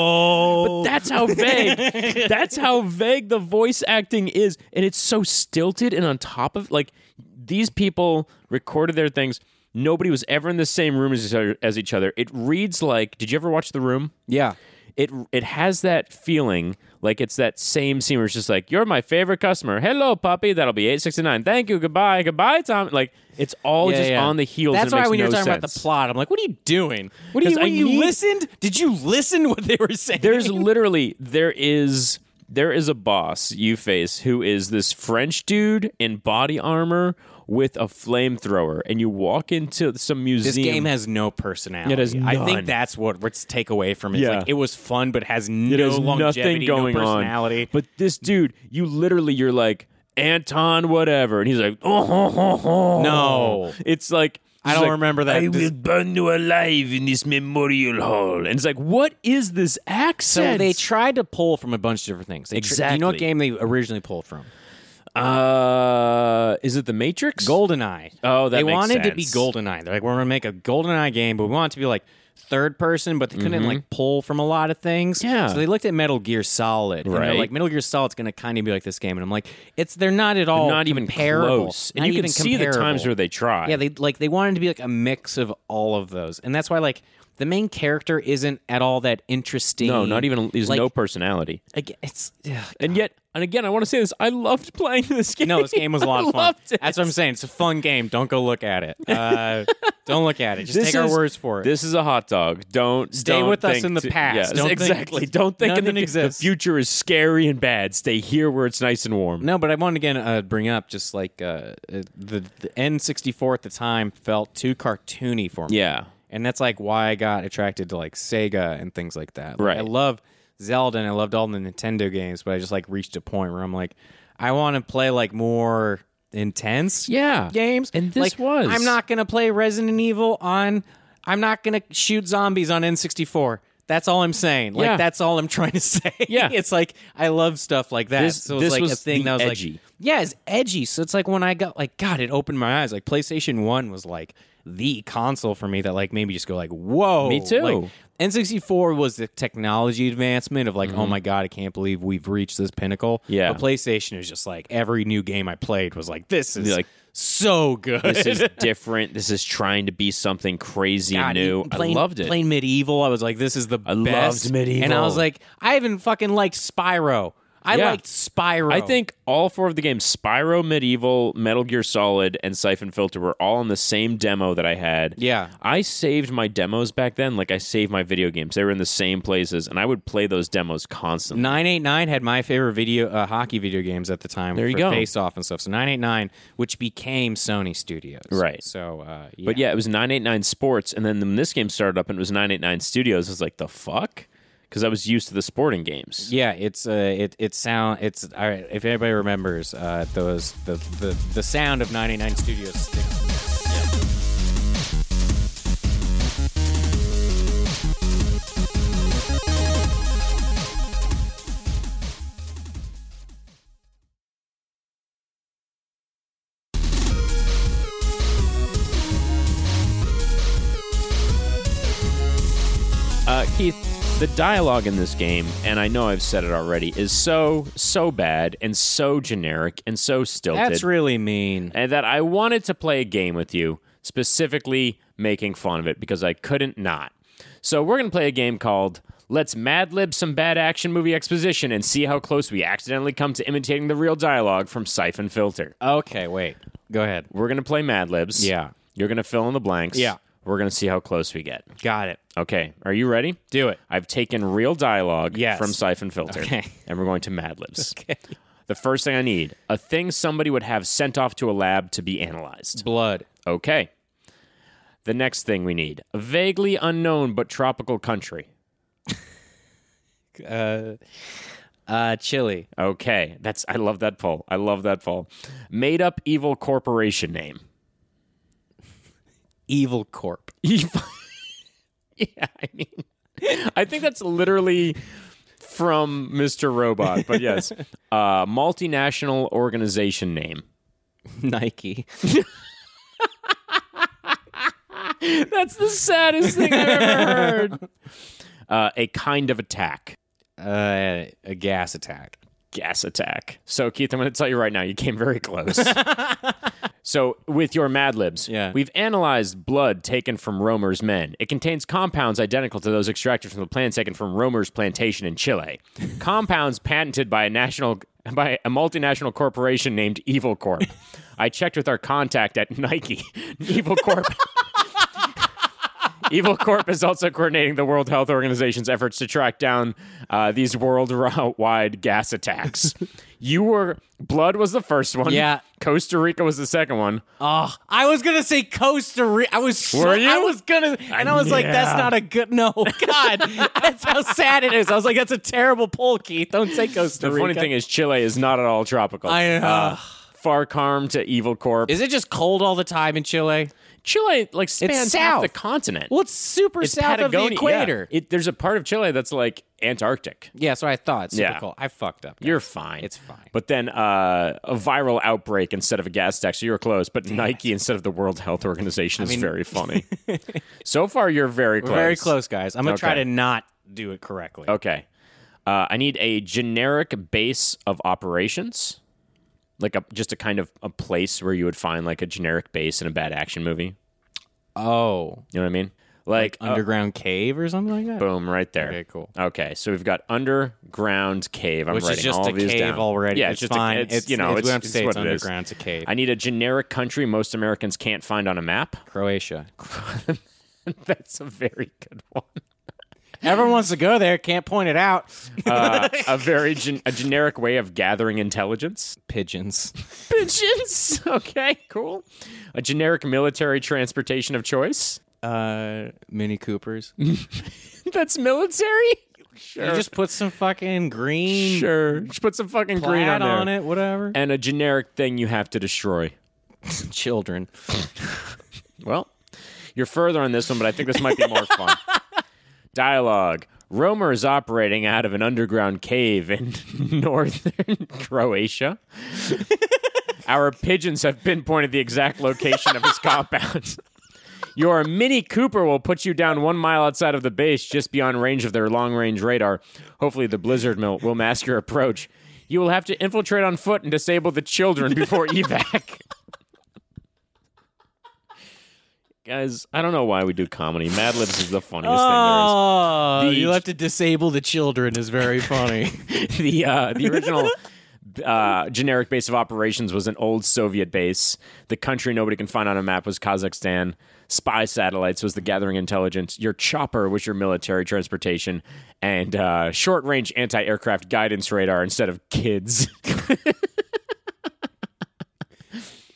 Speaker 1: oh,
Speaker 2: That's how vague. that's how vague the voice acting is, and it's so stilted. And on top of like, these people recorded their things. Nobody was ever in the same room as, as each other. It reads like. Did you ever watch The Room?
Speaker 1: yeah.
Speaker 2: It it has that feeling like it's that same scene where it's just like, "You're my favorite customer. Hello, puppy. That'll be eight sixty nine. Thank you. Goodbye. Goodbye, Tom." Like it's all
Speaker 1: Yeah,
Speaker 2: just
Speaker 1: yeah.
Speaker 2: on the heels.
Speaker 1: That's
Speaker 2: and it
Speaker 1: why
Speaker 2: makes
Speaker 1: when
Speaker 2: no
Speaker 1: you're talking about
Speaker 2: sense.
Speaker 1: the plot, I'm like, what are you doing? What do you?
Speaker 2: 'Cause I
Speaker 1: When you
Speaker 2: need-
Speaker 1: listened, did you listen what they were saying?
Speaker 2: there's literally there is there is a boss you face who is this French dude in body armor with a flamethrower, and you walk into some museum.
Speaker 1: This game has no personality.
Speaker 2: It has
Speaker 1: I
Speaker 2: none.
Speaker 1: think that's what what's takeaway from it. It's
Speaker 2: Yeah.
Speaker 1: Like, it was fun, but has no
Speaker 2: It has
Speaker 1: longevity,
Speaker 2: nothing going
Speaker 1: no personality.
Speaker 2: on. But this dude, you literally, you're like Anton, whatever, and he's like, oh, ho, ho, ho."
Speaker 1: No.
Speaker 2: it's like.
Speaker 1: I
Speaker 2: he's
Speaker 1: don't
Speaker 2: like,
Speaker 1: remember that.
Speaker 2: I
Speaker 1: This-
Speaker 2: will burn you alive in this memorial hall. And it's like, what is this accent?
Speaker 1: so they tried to pull from a bunch of different things. They tr- do you know what
Speaker 2: Exactly.
Speaker 1: game they originally pulled from?
Speaker 2: uh, is it the Matrix?
Speaker 1: GoldenEye.
Speaker 2: Oh, that
Speaker 1: they
Speaker 2: makes
Speaker 1: wanted to be
Speaker 2: sense.
Speaker 1: GoldenEye. They're like, we're gonna make a GoldenEye game, but we want it to be like third person, but they couldn't like pull from a lot of things.
Speaker 2: Mm-hmm. Yeah.
Speaker 1: So they looked at Metal Gear Solid. and they're
Speaker 2: Right.
Speaker 1: like Metal Gear Solid's gonna kind of be like this game, and I'm like, it's they're not at all
Speaker 2: not even
Speaker 1: comparable.
Speaker 2: close. And
Speaker 1: Not
Speaker 2: you can
Speaker 1: even
Speaker 2: see the times
Speaker 1: comparable.
Speaker 2: where they try.
Speaker 1: Yeah, they like they wanted to be like a mix of all of those, and that's why like the main character isn't at all that interesting.
Speaker 2: no, not even there's
Speaker 1: like,
Speaker 2: no personality.
Speaker 1: ag- It's ugh,
Speaker 2: And yet, and again, I want to say this: I loved playing this game.
Speaker 1: no, this game was a lot
Speaker 2: I
Speaker 1: of fun.
Speaker 2: loved it.
Speaker 1: That's what I'm saying. It's a fun game. Don't go look at it. Uh, don't look at it. Just
Speaker 2: This
Speaker 1: take our
Speaker 2: is-
Speaker 1: words for it.
Speaker 2: This is a hot dog. Don't
Speaker 1: Stay
Speaker 2: don't
Speaker 1: with us
Speaker 2: think
Speaker 1: in the
Speaker 2: to-
Speaker 1: past.
Speaker 2: Yes,
Speaker 1: Don't think-
Speaker 2: exactly. don't think in the,
Speaker 1: nothing
Speaker 2: fu-
Speaker 1: exists.
Speaker 2: the future is scary and bad. Stay here where it's nice and warm.
Speaker 1: no, but I want to again uh, bring up just like uh, uh, the, the N64 at the time felt too cartoony for me.
Speaker 2: Yeah,
Speaker 1: And that's like why I got attracted to like Sega and things like that. Like,
Speaker 2: Right.
Speaker 1: I love Zelda and I loved all the Nintendo games, but I just like reached a point where I'm like, I want to play like more intense
Speaker 2: Yeah.
Speaker 1: games.
Speaker 2: And this
Speaker 1: Like,
Speaker 2: was.
Speaker 1: I'm not gonna play Resident Evil on I'm not gonna shoot zombies on N64. That's all I'm saying. Like
Speaker 2: Yeah.
Speaker 1: that's all I'm trying to say.
Speaker 2: Yeah.
Speaker 1: it's like I love stuff like that.
Speaker 2: This-
Speaker 1: so it's
Speaker 2: this
Speaker 1: like a
Speaker 2: was
Speaker 1: thing
Speaker 2: the
Speaker 1: that was like
Speaker 2: edgy.
Speaker 1: yeah, it's edgy. So it's like when I got like God, it opened my eyes. Like PlayStation One was like the console for me that like made me just go like, whoa.
Speaker 2: Me too.
Speaker 1: Like, N64 was the technology advancement of like, oh my God, I can't believe we've reached this pinnacle.
Speaker 2: Mm-hmm. Yeah.
Speaker 1: But PlayStation is just like every new game I played was like, this is
Speaker 2: Like,
Speaker 1: like so good.
Speaker 2: this is different. This is trying to be something crazy
Speaker 1: God,
Speaker 2: and new.
Speaker 1: even Playing,
Speaker 2: I loved it.
Speaker 1: Playing medieval, I was like, this is the
Speaker 2: loved
Speaker 1: best. And I
Speaker 2: Medieval.
Speaker 1: was like, I even fucking liked Spyro. I
Speaker 2: Yeah.
Speaker 1: liked Spyro.
Speaker 2: I think all four of the games Spyro, Medieval, Metal Gear Solid, and Siphon Filter were all in the same demo that I had.
Speaker 1: Yeah.
Speaker 2: I saved my demos back then. Like, I saved my video games. They were in the same places, and I would play those demos constantly.
Speaker 1: 989 had my favorite video uh, hockey video games at the time there
Speaker 2: you
Speaker 1: for
Speaker 2: go.
Speaker 1: face off and stuff so 989 which became sony studios
Speaker 2: Right.
Speaker 1: so uh, yeah.
Speaker 2: But yeah, it was 989 Sports, and then when this game started up and it was 989 Studios, I was like, the fuck? Because I was used to the sporting games.
Speaker 1: yeah it's uh it it sound it's all right if anybody remembers uh those the the, the sound of 989 studios sticks
Speaker 2: Uh, Keith, The dialogue in this game, and I know I've said it already, is so, so bad and so generic and so stilted.
Speaker 1: That's really mean.
Speaker 2: and that I wanted to play a game with you, specifically making fun of it because I couldn't not. So we're going to play a game called Let's Mad Lib Some Bad Action Movie Exposition and see how close we accidentally come to imitating the real dialogue from Siphon Filter.
Speaker 1: Okay, wait. Go ahead.
Speaker 2: We're going to play Mad Libs.
Speaker 1: Yeah.
Speaker 2: You're going to fill in the blanks.
Speaker 1: Yeah.
Speaker 2: We're going to see how close we get.
Speaker 1: Got it.
Speaker 2: Okay. Are you ready?
Speaker 1: Do it.
Speaker 2: I've taken real dialogue
Speaker 1: Yes.
Speaker 2: from Siphon Filter.
Speaker 1: Okay.
Speaker 2: And we're going to Mad Libs. Okay. The first thing I need a thing somebody would have sent off to a lab to be analyzed.
Speaker 1: Blood.
Speaker 2: Okay. The next thing we need a vaguely unknown but tropical country.
Speaker 1: Uh, uh, chili.
Speaker 2: Okay. That's I love that poll. I love that poll. Made up evil corporation name.
Speaker 1: Evil Corp.
Speaker 2: Evil. yeah, I mean I think that's literally from Mr. Robot, but yes. uh multinational organization name.
Speaker 1: Nike.
Speaker 2: That's the saddest thing I've ever heard. Uh, a kind of attack.
Speaker 1: Uh, a gas attack.
Speaker 2: gas attack. So, Keith, I'm going to tell you right now, you came very close. so, with your Mad Libs,
Speaker 1: Yeah.
Speaker 2: we've analyzed blood taken from Romer's men. It contains compounds identical to those extracted from the plants taken from Romer's plantation in Chile. compounds patented by a national by a multinational corporation named Evil Corp. I checked with our contact at Nike. Evil Corp. Evil Corp is also coordinating the World Health Organization's efforts to track down uh, these worldwide gas attacks. you were blood was the first one.
Speaker 1: Yeah.
Speaker 2: Costa Rica was the second one.
Speaker 1: Oh, I was gonna say Costa Rica. I was. So,
Speaker 2: Were you?
Speaker 1: I was gonna, and I was like, "That's
Speaker 2: Yeah.
Speaker 1: not a good." No, God, that's how sad it is. I was like, "That's a terrible poll, Keith. Don't say Costa
Speaker 2: The
Speaker 1: Rica."
Speaker 2: funny thing is, Chile is not at all tropical.
Speaker 1: I know.
Speaker 2: Uh, Farcarm to Evil Corp.
Speaker 1: is it just cold all the time in Chile?
Speaker 2: Chile like spans half
Speaker 1: south.
Speaker 2: the continent?
Speaker 1: Well, it's super
Speaker 2: It's
Speaker 1: south of the
Speaker 2: Patagonia, yeah.
Speaker 1: equator. Yeah.
Speaker 2: It, there's a part of Chile that's like Antarctic.
Speaker 1: so I thought super
Speaker 2: Yeah.
Speaker 1: cold. I fucked up. guys.
Speaker 2: You're fine.
Speaker 1: It's fine.
Speaker 2: But then uh, a viral outbreak instead of a gas tax, so you're close. But Nike instead of the World Health Organization is
Speaker 1: mean-
Speaker 2: very funny. so far, you're very close.
Speaker 1: Very close, guys. I'm gonna try to
Speaker 2: Okay.
Speaker 1: not do it correctly.
Speaker 2: Okay. Uh, I need a generic base of operations, like a, just a kind of a place where you would find like a generic base in a bad action movie.
Speaker 1: Oh,
Speaker 2: You know what I mean? Like, uh,
Speaker 1: underground cave or something like that.
Speaker 2: boom, right there.
Speaker 1: Okay, cool.
Speaker 2: Okay, so we've got underground cave. I'm
Speaker 1: Which
Speaker 2: writing
Speaker 1: is just
Speaker 2: all
Speaker 1: a
Speaker 2: these
Speaker 1: cave
Speaker 2: down.
Speaker 1: already.
Speaker 2: Yeah,
Speaker 1: it's,
Speaker 2: just a-
Speaker 1: fine.
Speaker 2: it's, you know, it's,
Speaker 1: we don't have to
Speaker 2: it's
Speaker 1: say it's
Speaker 2: what it is.
Speaker 1: underground. It's a cave.
Speaker 2: I need a generic country most Americans can't find on a map.
Speaker 1: Croatia.
Speaker 2: That's a very good one.
Speaker 1: Everyone wants to go there. Can't point it out.
Speaker 2: Uh, a very gen- a generic way of gathering intelligence.
Speaker 1: Pigeons.
Speaker 2: Pigeons. Okay, cool. A generic military transportation of choice.
Speaker 1: Uh, Mini Coopers.
Speaker 2: That's military. Sure.
Speaker 1: You just put some fucking green
Speaker 2: sure. Just put some fucking green
Speaker 1: plaid
Speaker 2: on, there.
Speaker 1: on, it, whatever.
Speaker 2: And a generic thing you have to destroy.
Speaker 1: Children.
Speaker 2: Well, you're further on this one, but I think this might be more fun. Dialogue. Romer is operating out of an underground cave in northern Croatia. Our pigeons have pinpointed the exact location of his compound. Your Mini Cooper will put you down one mile outside of the base, just beyond range of their long range radar. Hopefully, the blizzard mil- will mask your approach. You will have to infiltrate on foot and disable the children before evac. Guys, I don't know why we do comedy. Mad Libs is the funniest
Speaker 1: Oh,
Speaker 2: The-
Speaker 1: you have to disable the children is very funny.
Speaker 2: thing there is. The, uh, the original uh, generic base of operations was an old Soviet base. The country nobody can find on a map was Kazakhstan. Spy satellites was the gathering intelligence. Your chopper was your military transportation. And uh, short range anti aircraft guidance radar instead of kids.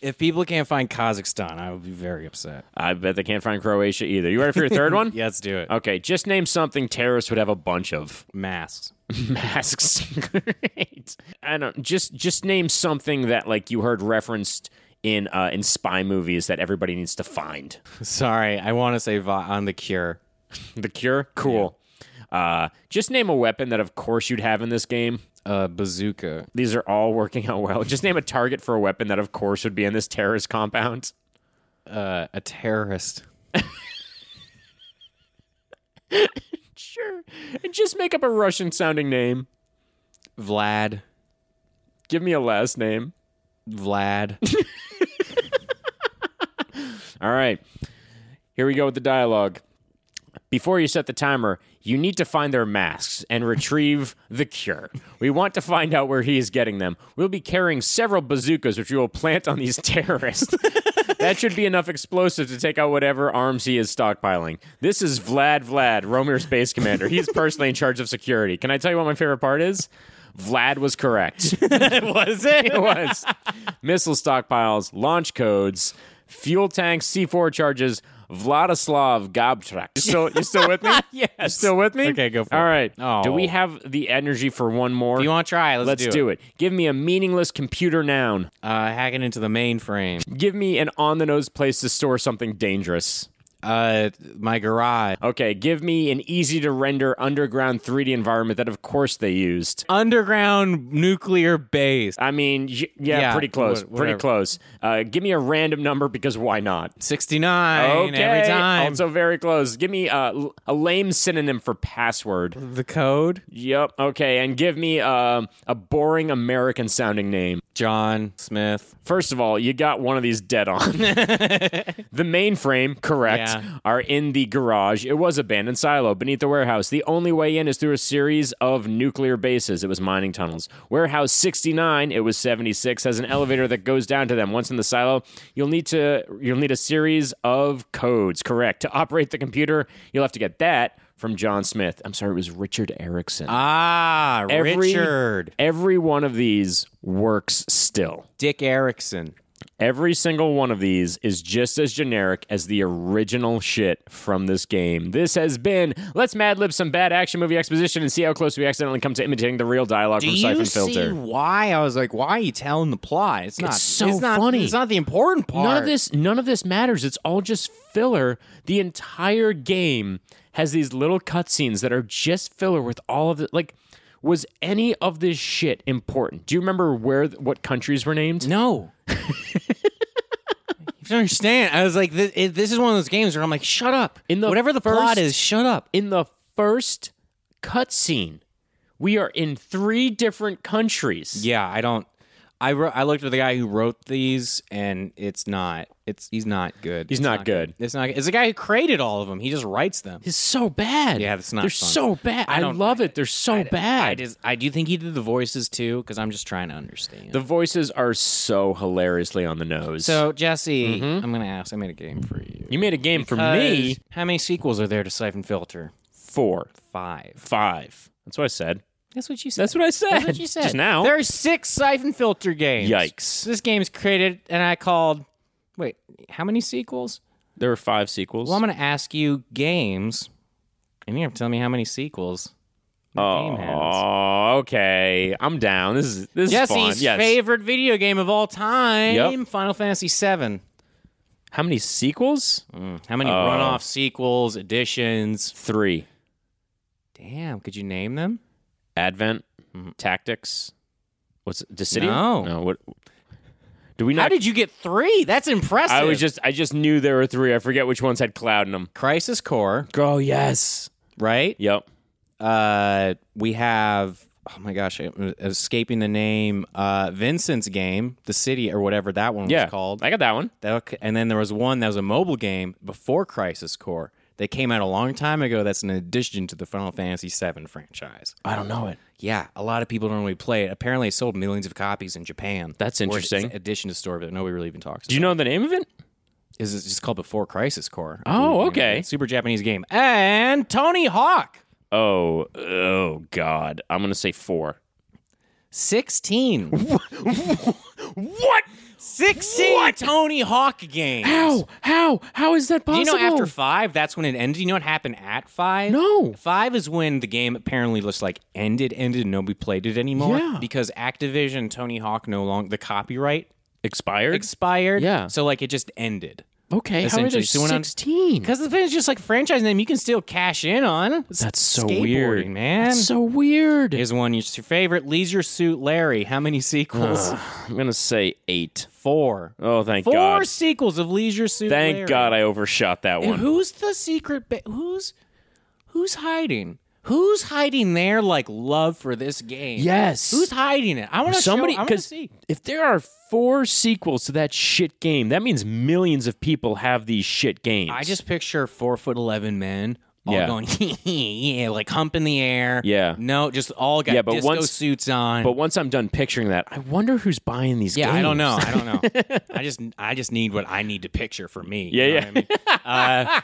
Speaker 1: if people can't find Kazakhstan, I would be very upset.
Speaker 2: I bet they can't find Croatia either. You ready for your third one?
Speaker 1: Yeah, let's do it.
Speaker 2: Okay, just name something terrorists would have a bunch of.
Speaker 1: Masks.
Speaker 2: masks. Great. I don't just just name something that like you heard referenced in uh in spy movies that everybody needs to find.
Speaker 1: Sorry, I want to say va- on the cure.
Speaker 2: The Cure. Cool. Uh just name a weapon that of course you'd have in this game.
Speaker 1: Uh, bazooka.
Speaker 2: These are all working out well. Just name a target for a weapon that of course would be in this terrorist compound.
Speaker 1: Uh, a terrorist.
Speaker 2: Sure. just make up a Russian sounding name.
Speaker 1: Vlad,
Speaker 2: Give me a last name.
Speaker 1: Vlad.
Speaker 2: All right. Here we go with the dialogue. Before you set the timer, you need to find their masks and retrieve the cure. We want to find out where he is getting them. We'll be carrying several bazookas, which we will plant on these terrorists. that should be enough explosive to take out whatever arms he is stockpiling. This is Vlad Vlad, Romer's base commander. He's personally in charge of security. Can I tell you what my favorite part is? Vlad was correct
Speaker 1: Was it?
Speaker 2: was missile stockpiles, launch codes, fuel tanks, C4 charges, Vladislav Gobchak. You still, you still with me? yes. You still with me?
Speaker 1: Okay, go for
Speaker 2: All
Speaker 1: it.
Speaker 2: right.
Speaker 1: Oh.
Speaker 2: Do we have the energy for one more?
Speaker 1: You want to try? Let's,
Speaker 2: Let's do, it. Give me a meaningless computer noun.
Speaker 1: Uh, hacking into the mainframe.
Speaker 2: Give me an on the nose place to store something dangerous.
Speaker 1: Uh, my garage.
Speaker 2: Okay, give me an easy to render underground 3D environment that, of course, they used.
Speaker 1: Underground nuclear base.
Speaker 2: I mean, y- yeah,
Speaker 1: Yeah,
Speaker 2: pretty close.
Speaker 1: wha-
Speaker 2: pretty
Speaker 1: whatever.
Speaker 2: close. Uh, give me a random number because why not?
Speaker 1: 69
Speaker 2: okay.
Speaker 1: every time.
Speaker 2: Also very close. Give me uh, l- a lame synonym for password.
Speaker 1: the code?
Speaker 2: Yep. Okay, and give me um a boring American sounding name.
Speaker 1: John Smith.
Speaker 2: First of all, you got one of these dead on. the mainframe, correct,
Speaker 1: Yeah.
Speaker 2: are in the garage. It was abandoned silo beneath the warehouse. The only way in is through a series of nuclear bases. It was mining tunnels. Warehouse 69, it was 76, has an elevator that goes down to them. Once in the silo, you'll need to you'll need a series of codes, correct. To operate the computer, you'll have to get that from John Smith. I'm sorry, it was Richard Erickson.
Speaker 1: Ah,
Speaker 2: Every-
Speaker 1: Richard.
Speaker 2: Every one of these works still.
Speaker 1: Dick Erickson.
Speaker 2: Every single one of these is just as generic as the original shit from this game. This has been let's Mad Lib some bad action movie exposition and see how close we accidentally come to imitating the real dialogue
Speaker 1: Do
Speaker 2: from
Speaker 1: you
Speaker 2: Siphon
Speaker 1: see
Speaker 2: Filter.
Speaker 1: why? I was like, why are you telling the plot? It's not
Speaker 2: so
Speaker 1: not-
Speaker 2: funny.
Speaker 1: It's not the important part.
Speaker 2: None of this none of this matters. It's all just filler. The entire game has these little cutscenes that are just filler with all of the like was any of this shit important? Do you remember where what countries were named?
Speaker 1: No. you don't understand. I was like, this, it, this is one of those games where I'm like, shut up.
Speaker 2: In the
Speaker 1: Whatever the
Speaker 2: first-
Speaker 1: plot is, shut up.
Speaker 2: in the first cutscene, we are in three different countries.
Speaker 1: Yeah, I don't. I wrote, I looked at the guy who wrote these, and it's not. It's he's not good. He's
Speaker 2: not good.
Speaker 1: It's not. It's the guy who created all of them. He just writes them.
Speaker 2: It's so bad.
Speaker 1: Yeah, that's not
Speaker 2: They're
Speaker 1: fun.
Speaker 2: so bad. I,
Speaker 1: don't-
Speaker 2: love it. They're so bad.
Speaker 1: I just. I do think he did the voices too, because I'm just trying to understand.
Speaker 2: the voices are so hilariously on the nose.
Speaker 1: so Jesse, I'm gonna ask. I made a game for you.
Speaker 2: you made a game for
Speaker 1: Uh,
Speaker 2: me.
Speaker 1: Because how many sequels are there to Siphon Filter?
Speaker 2: Four,
Speaker 1: Five.
Speaker 2: five. That's what I said.
Speaker 1: That's what you said.
Speaker 2: That's what I said.
Speaker 1: That's what you said.
Speaker 2: Just now.
Speaker 1: There are six Siphon Filter games.
Speaker 2: Yikes.
Speaker 1: This game's created, and I called. Wait, how many sequels?
Speaker 2: there were five sequels.
Speaker 1: Well, I'm going to ask you games, and you have to tell me how many sequels. game has.
Speaker 2: oh, okay. I'm down. This is this is fun.
Speaker 1: Jesse's
Speaker 2: Yes.
Speaker 1: favorite video game of all time,
Speaker 2: Yep.
Speaker 1: Final Fantasy VII.
Speaker 2: How many sequels?
Speaker 1: How
Speaker 2: Oh.
Speaker 1: many runoff sequels, editions?
Speaker 2: Three.
Speaker 1: Damn, could you name them?
Speaker 2: Advent tactics. What's it, Dissidium?
Speaker 1: No.
Speaker 2: Mm-hmm. no. What? Do we
Speaker 1: How
Speaker 2: not?
Speaker 1: did you get three? That's impressive.
Speaker 2: I was just I just knew there were three. I forget which ones had cloud in them.
Speaker 1: Crisis Core,
Speaker 2: Oh yes.
Speaker 1: right?
Speaker 2: Yep.
Speaker 1: Uh, we have. Oh my gosh, I'm escaping the name. Uh, Vincent's game, the city or whatever that one
Speaker 2: Yeah.
Speaker 1: was called.
Speaker 2: I got that one.
Speaker 1: That, okay. And then there was one that was a mobile game before Crisis Core. They came out a long time ago. That's an addition to the Final Fantasy VII franchise.
Speaker 2: I don't know it.
Speaker 1: Yeah, a lot of people don't really play it. Apparently, it sold millions of copies in Japan.
Speaker 2: That's
Speaker 1: Or it's
Speaker 2: interesting.
Speaker 1: an addition to store, but nobody really even talks.
Speaker 2: Do you know the name of it?
Speaker 1: Is it just called Before Crisis Core?
Speaker 2: Oh, okay.
Speaker 1: Super Japanese game. And Tony Hawk,
Speaker 2: Oh, oh God. I'm gonna say four.
Speaker 1: sixteen.
Speaker 2: What?
Speaker 1: Sixteen Tony Hawk games.
Speaker 2: How? How? How is that
Speaker 1: Do
Speaker 2: possible?
Speaker 1: you know after five, that's when it ended? You know what happened at five?
Speaker 2: No.
Speaker 1: Five is when the game apparently just like ended, ended, and nobody played it anymore.
Speaker 2: Yeah.
Speaker 1: Because Activision, Tony Hawk no longer the copyright
Speaker 2: expired?
Speaker 1: expired.
Speaker 2: Yeah.
Speaker 1: So like it just ended.
Speaker 2: okay. How are there
Speaker 1: essentially, so when I'm-
Speaker 2: sixteen?
Speaker 1: Because the thing is just like franchise name you can still cash in on.
Speaker 2: That's so
Speaker 1: Skateboarding,
Speaker 2: weird,
Speaker 1: man.
Speaker 2: That's so weird.
Speaker 1: Here's one. It's your favorite Leisure Suit Larry. How many sequels?
Speaker 2: I'm gonna say eight.
Speaker 1: Four.
Speaker 2: Oh, thank
Speaker 1: Four
Speaker 2: God.
Speaker 1: sequels of Leisure Suit
Speaker 2: Thank
Speaker 1: Larry.
Speaker 2: God I overshot that
Speaker 1: And
Speaker 2: one.
Speaker 1: who's the secret? Ba- who's who's hiding? Who's hiding their like love for this game?
Speaker 2: Yes.
Speaker 1: Who's hiding it? I want to
Speaker 2: Somebody,
Speaker 1: Show, I want to
Speaker 2: because
Speaker 1: see.
Speaker 2: if there are four sequels to that shit game, that means millions of people have these shit games.
Speaker 1: I just picture four foot eleven men all
Speaker 2: Yeah.
Speaker 1: going yeah, like hump in the air.
Speaker 2: Yeah.
Speaker 1: No, just all got
Speaker 2: Yeah, but
Speaker 1: disco
Speaker 2: once-
Speaker 1: suits on.
Speaker 2: But once I'm done picturing that, I wonder who's buying these
Speaker 1: yeah,
Speaker 2: games.
Speaker 1: I don't know. I don't know. I just I just need what I need to picture for me. you
Speaker 2: Yeah,
Speaker 1: know
Speaker 2: yeah.
Speaker 1: what I mean? Uh,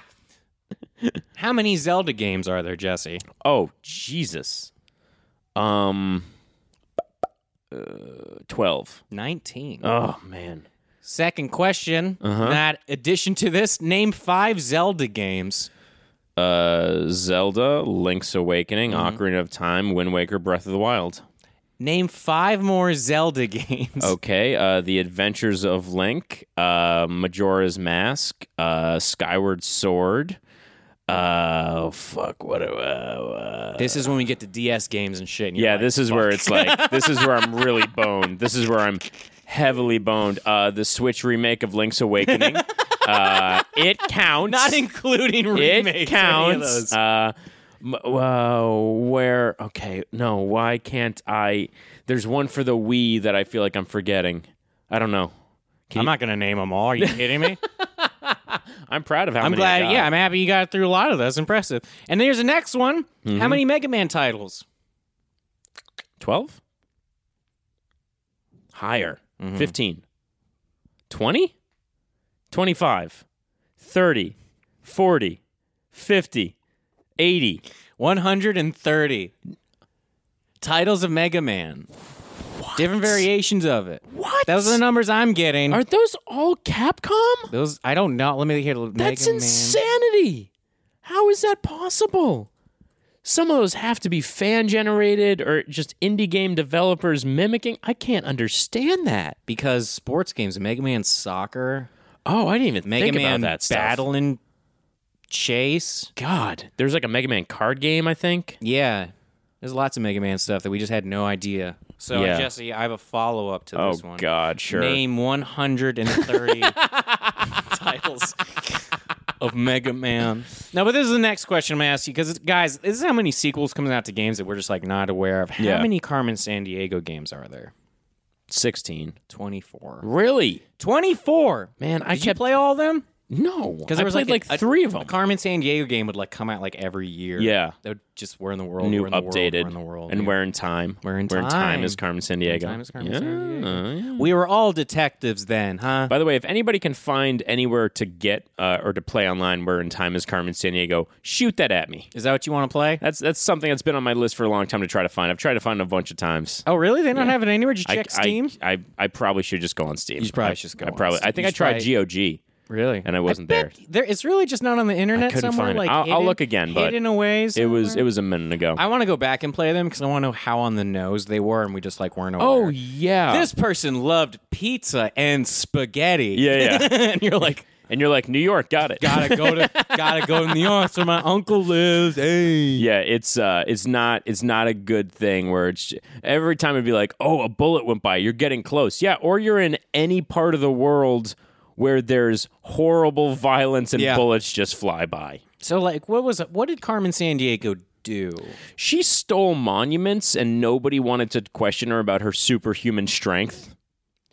Speaker 1: how many Zelda games are there, Jesse?
Speaker 2: Oh, Jesus. Um uh, 12.
Speaker 1: Nineteen.
Speaker 2: Oh, man.
Speaker 1: Second question.
Speaker 2: Uh-huh.
Speaker 1: Not addition to this, name five Zelda games.
Speaker 2: Uh Zelda, Link's Awakening, Ocarina of Time, Wind Waker, Breath of the Wild.
Speaker 1: Name five more Zelda games.
Speaker 2: Okay, uh The Adventures of Link, uh Majora's Mask, uh Skyward Sword. Uh fuck, what do- uh, uh,
Speaker 1: This is when we get to DS games and shit. and you're
Speaker 2: Yeah,
Speaker 1: like,
Speaker 2: this is where it's like this is where I'm really boned. This is where I'm heavily boned. Uh, the Switch remake of Link's Awakening. Uh, it counts.
Speaker 1: not including remakes. any
Speaker 2: it
Speaker 1: of those.
Speaker 2: counts. Uh, m- uh, where? Okay, no. Why can't I? There's one for the Wii that I feel like I'm forgetting. I don't know.
Speaker 1: I'm not gonna name them all. Are you kidding me?
Speaker 2: I'm proud of how
Speaker 1: I'm
Speaker 2: many I
Speaker 1: glad.
Speaker 2: got.
Speaker 1: Yeah, I'm happy you got through a lot of those. Impressive. And here's the next one. How many Mega Man titles?
Speaker 2: twelve. Higher. Fifteen. Twenty. 25, 30, 40, 50, 80.
Speaker 1: 130 titles of Mega Man. Different variations of it.
Speaker 2: What?
Speaker 1: Those are the numbers I'm getting.
Speaker 2: Are those all Capcom?
Speaker 1: those I don't know. Let me hear. Mega
Speaker 2: That's
Speaker 1: Man.
Speaker 2: insanity. How is that possible? Some of those have to be fan generated or just indie game developers mimicking. I can't understand that.
Speaker 1: Because sports games, Mega Man Soccer,
Speaker 2: Oh, I didn't even
Speaker 1: Mega
Speaker 2: think
Speaker 1: Man
Speaker 2: about that stuff.
Speaker 1: Battle and Chase.
Speaker 2: God, there's like a Mega Man card game, I think.
Speaker 1: Yeah. There's lots of Mega Man stuff that we just had no idea. So, uh,
Speaker 2: Yeah. Oh,
Speaker 1: Jesse, I have a follow up to this one.
Speaker 2: God, sure.
Speaker 1: Name 130 titles of Mega Man. No, but this is the next question I'm going to ask you because, guys, this is how many sequels coming out to games that we're just like not aware of. How
Speaker 2: Yeah.
Speaker 1: many Carmen San Diego games are there?
Speaker 2: 16.
Speaker 1: 24.
Speaker 2: Really?
Speaker 1: 24!
Speaker 2: Man, I
Speaker 1: Did you
Speaker 2: kept
Speaker 1: play all of them?
Speaker 2: No, because
Speaker 1: there
Speaker 2: I
Speaker 1: was,
Speaker 2: played
Speaker 1: like,
Speaker 2: like,
Speaker 1: a-
Speaker 2: three of them.
Speaker 1: A Carmen San Diego game would like come out like every year.
Speaker 2: Yeah.
Speaker 1: That would just, we're in the world.
Speaker 2: New
Speaker 1: we're in the
Speaker 2: updated
Speaker 1: World, we're in the world.
Speaker 2: and
Speaker 1: yeah.
Speaker 2: we're in time.
Speaker 1: We're in
Speaker 2: We're in
Speaker 1: time.
Speaker 2: time is Carmen San Diego.
Speaker 1: Time is Carmen
Speaker 2: yeah.
Speaker 1: Sandiego.
Speaker 2: yeah.
Speaker 1: We were all detectives then, huh?
Speaker 2: By the way, if anybody can find anywhere to get uh, or to play online, where in time is Carmen San Diego, shoot that at me.
Speaker 1: Is that what you want to play?
Speaker 2: That's that's something that's been on my list for a long time to try to find. I've tried to find a bunch of times.
Speaker 1: Oh, really? They don't have it anywhere? Did you
Speaker 2: I-
Speaker 1: check
Speaker 2: I,
Speaker 1: Steam?
Speaker 2: I, I, probably should just go on Steam.
Speaker 1: should probably
Speaker 2: I,
Speaker 1: just go
Speaker 2: I
Speaker 1: on
Speaker 2: probably.
Speaker 1: Steam.
Speaker 2: I think
Speaker 1: You
Speaker 2: I
Speaker 1: should
Speaker 2: tried GOG
Speaker 1: really?
Speaker 2: and I wasn't there.
Speaker 1: bet there. It's really just not on the internet
Speaker 2: couldn't
Speaker 1: somewhere.
Speaker 2: find it.
Speaker 1: Like
Speaker 2: I'll- I'll
Speaker 1: hidden,
Speaker 2: look again, but
Speaker 1: hidden away.
Speaker 2: It was
Speaker 1: somewhere?
Speaker 2: it was a minute ago.
Speaker 1: I want to go back and play them because I want to know how on the nose they were, and we just like weren't aware.
Speaker 2: oh yeah.
Speaker 1: this person loved pizza and spaghetti.
Speaker 2: Yeah, yeah.
Speaker 1: and you're like,
Speaker 2: and you're like New York, got it.
Speaker 1: gotta go to, gotta go to New York where my uncle lives. Hey.
Speaker 2: Yeah, it's uh, it's not it's not a good thing where it's every time it'd be like, oh, a bullet went by, you're getting close. Yeah, or you're in any part of the world where there's horrible violence and
Speaker 1: Yeah.
Speaker 2: bullets just fly by.
Speaker 1: So like, what was what did Carmen San Diego do?
Speaker 2: She stole monuments, and nobody wanted to question her about her superhuman strength.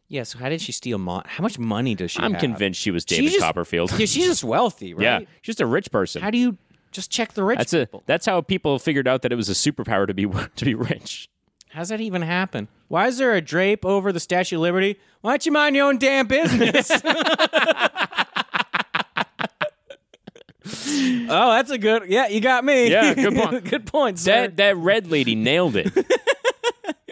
Speaker 1: Yeah. So how did she steal? Mon- how much money does she?
Speaker 2: I'm
Speaker 1: have?
Speaker 2: convinced she was David
Speaker 1: just-
Speaker 2: Copperfield.
Speaker 1: Yeah, she's just wealthy, right?
Speaker 2: yeah, just a rich person.
Speaker 1: How do you just check the rich
Speaker 2: that's a
Speaker 1: people?
Speaker 2: that's how people figured out that it was a superpower to be to be rich.
Speaker 1: How's that even happen? Why is there a drape over the Statue of Liberty? Why don't you mind your own damn business? oh, that's a good. Yeah, you got me.
Speaker 2: Yeah, good point.
Speaker 1: good point, sir.
Speaker 2: That that red lady nailed it.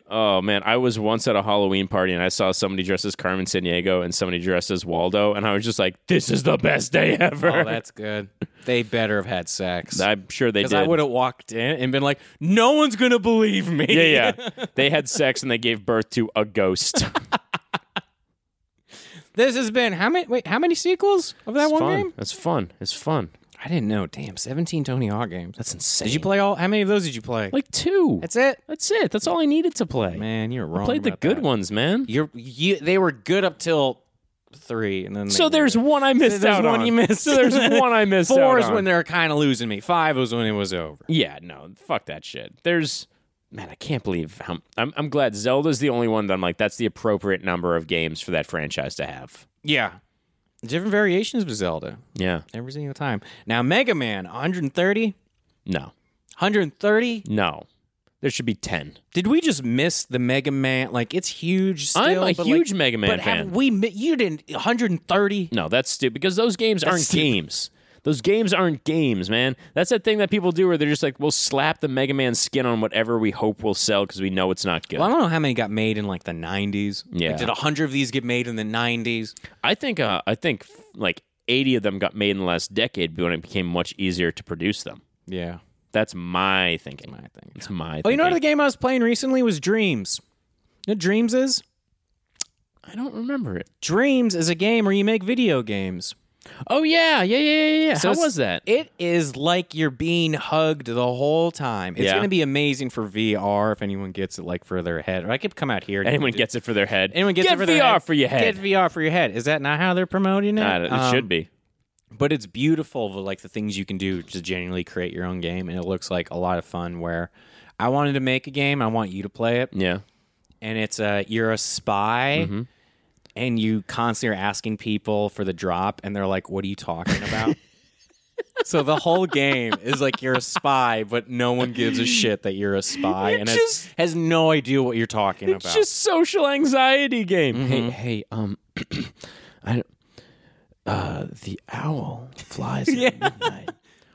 Speaker 2: oh man, I was once at a Halloween party and I saw somebody dressed as Carmen San Diego and somebody dressed as Waldo, and I was just like, "This is the best day ever."
Speaker 1: oh, that's good. They better have had sex.
Speaker 2: I'm sure they
Speaker 1: Because
Speaker 2: did.
Speaker 1: I would have walked in and been like, "No one's gonna believe me."
Speaker 2: yeah, yeah. they had sex and they gave birth to a ghost.
Speaker 1: This has been how many? Wait, how many sequels of that
Speaker 2: It's
Speaker 1: one
Speaker 2: fun.
Speaker 1: game?
Speaker 2: It's fun. It's fun.
Speaker 1: I didn't know. Damn, seventeen Tony Hawk games.
Speaker 2: That's insane.
Speaker 1: Did you play all? How many of those did you play?
Speaker 2: like two?
Speaker 1: That's it.
Speaker 2: That's it. That's all I needed to play.
Speaker 1: Man, you're wrong.
Speaker 2: Played the
Speaker 1: about
Speaker 2: good
Speaker 1: that.
Speaker 2: ones, man.
Speaker 1: You're you. They were good up till three, and then
Speaker 2: So
Speaker 1: they-
Speaker 2: there's one I missed
Speaker 1: there's
Speaker 2: out
Speaker 1: one
Speaker 2: on.
Speaker 1: you missed.
Speaker 2: So there's one I missed
Speaker 1: four
Speaker 2: out
Speaker 1: is
Speaker 2: on.
Speaker 1: when they're kind of losing me. Five was when it was over.
Speaker 2: Yeah, no, fuck that shit. There's man, I can't believe how I'm I'm glad Zelda's the only one that I'm like that's the appropriate number of games for that franchise to have.
Speaker 1: Yeah, different variations of Zelda
Speaker 2: Yeah.
Speaker 1: every single time. Now Mega Man 130,
Speaker 2: No.
Speaker 1: 130.
Speaker 2: No. There should be 10.
Speaker 1: Did we just miss the Mega Man? Like it's huge. Still,
Speaker 2: I'm a
Speaker 1: but,
Speaker 2: huge
Speaker 1: like,
Speaker 2: Mega Man
Speaker 1: but
Speaker 2: fan.
Speaker 1: have we? mi- You didn't 130.
Speaker 2: No, that's stupid because those games aren't
Speaker 1: stupid.
Speaker 2: games. Those games aren't games, man. That's that thing that people do where they're just like, we'll slap the Mega Man skin on whatever we hope will sell because we know it's not good.
Speaker 1: Well, I don't know how many got made in like the 90s.
Speaker 2: Yeah.
Speaker 1: Like, did 100 of these get made in the 90s?
Speaker 2: I think uh, I think f- like 80 of them got made in the last decade when it became much easier to produce them.
Speaker 1: Yeah.
Speaker 2: That's my thinking.
Speaker 1: I think.
Speaker 2: It's my.
Speaker 1: Oh, you know what
Speaker 2: thinking.
Speaker 1: the game I was playing recently was Dreams. You know what Dreams is?
Speaker 2: I don't remember it.
Speaker 1: Dreams is a game where you make video games.
Speaker 2: Oh yeah, yeah, yeah, yeah. yeah.
Speaker 1: So
Speaker 2: How
Speaker 1: it's-
Speaker 2: was that?
Speaker 1: It is like you're being hugged the whole time. It's
Speaker 2: Yeah.
Speaker 1: going to be amazing for VR if anyone gets it like further ahead. Or I could come out here. and
Speaker 2: Anyone
Speaker 1: do-
Speaker 2: gets it for their head.
Speaker 1: anyone gets
Speaker 2: Get
Speaker 1: it for
Speaker 2: VR
Speaker 1: their head.
Speaker 2: for your head.
Speaker 1: Get VR for your head. Is that not how they're promoting it?
Speaker 2: I don't- it
Speaker 1: Um,
Speaker 2: should be.
Speaker 1: but it's beautiful the like the things you can do to genuinely create your own game and it looks like a lot of fun where i wanted to make a game i want you to play it
Speaker 2: Yeah.
Speaker 1: and it's uh you're a spy
Speaker 2: Mm-hmm.
Speaker 1: and you constantly are asking people for the drop and they're like what are you talking about so the whole game is like you're a spy but no one gives a shit that you're a spy and
Speaker 2: just-
Speaker 1: has, has no idea what you're talking
Speaker 2: It's
Speaker 1: about
Speaker 2: just social anxiety game.
Speaker 1: Mm-hmm.
Speaker 2: Hey, hey, um, I don't. Uh, the owl flies at midnight.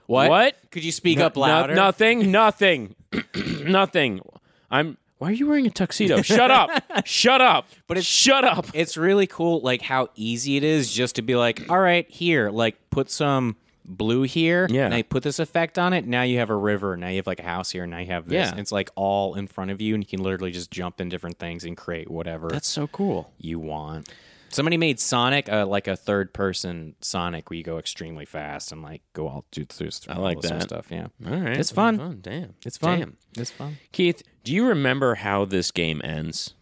Speaker 1: what?
Speaker 2: What?
Speaker 1: could you speak up
Speaker 2: No-
Speaker 1: louder
Speaker 2: nothing. Nothing. nothing. I'm. Why are you wearing a tuxedo? Shut up! Shut up! But it's shut up.
Speaker 1: it's really cool like how easy it is just to be like all right here like put some blue here
Speaker 2: Yeah.
Speaker 1: now you put this effect on it now you have a river now you have like a house here now you have this
Speaker 2: Yeah.
Speaker 1: And it's like all in front of you and you can literally just jump in different things and create whatever
Speaker 2: That's so cool.
Speaker 1: you want somebody made sonic uh, like a third person sonic where you go extremely fast and like go all do this i
Speaker 2: like
Speaker 1: sort of
Speaker 2: that.
Speaker 1: stuff yeah
Speaker 2: All right,
Speaker 1: It's fun.
Speaker 2: Damn,
Speaker 1: it's fun
Speaker 2: Damn.
Speaker 1: it's fun
Speaker 2: Keith, do you remember how this game ends?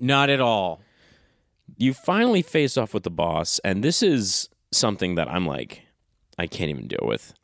Speaker 1: not at all
Speaker 2: you finally face off with the boss, and this is something that I'm like, I can't even deal with.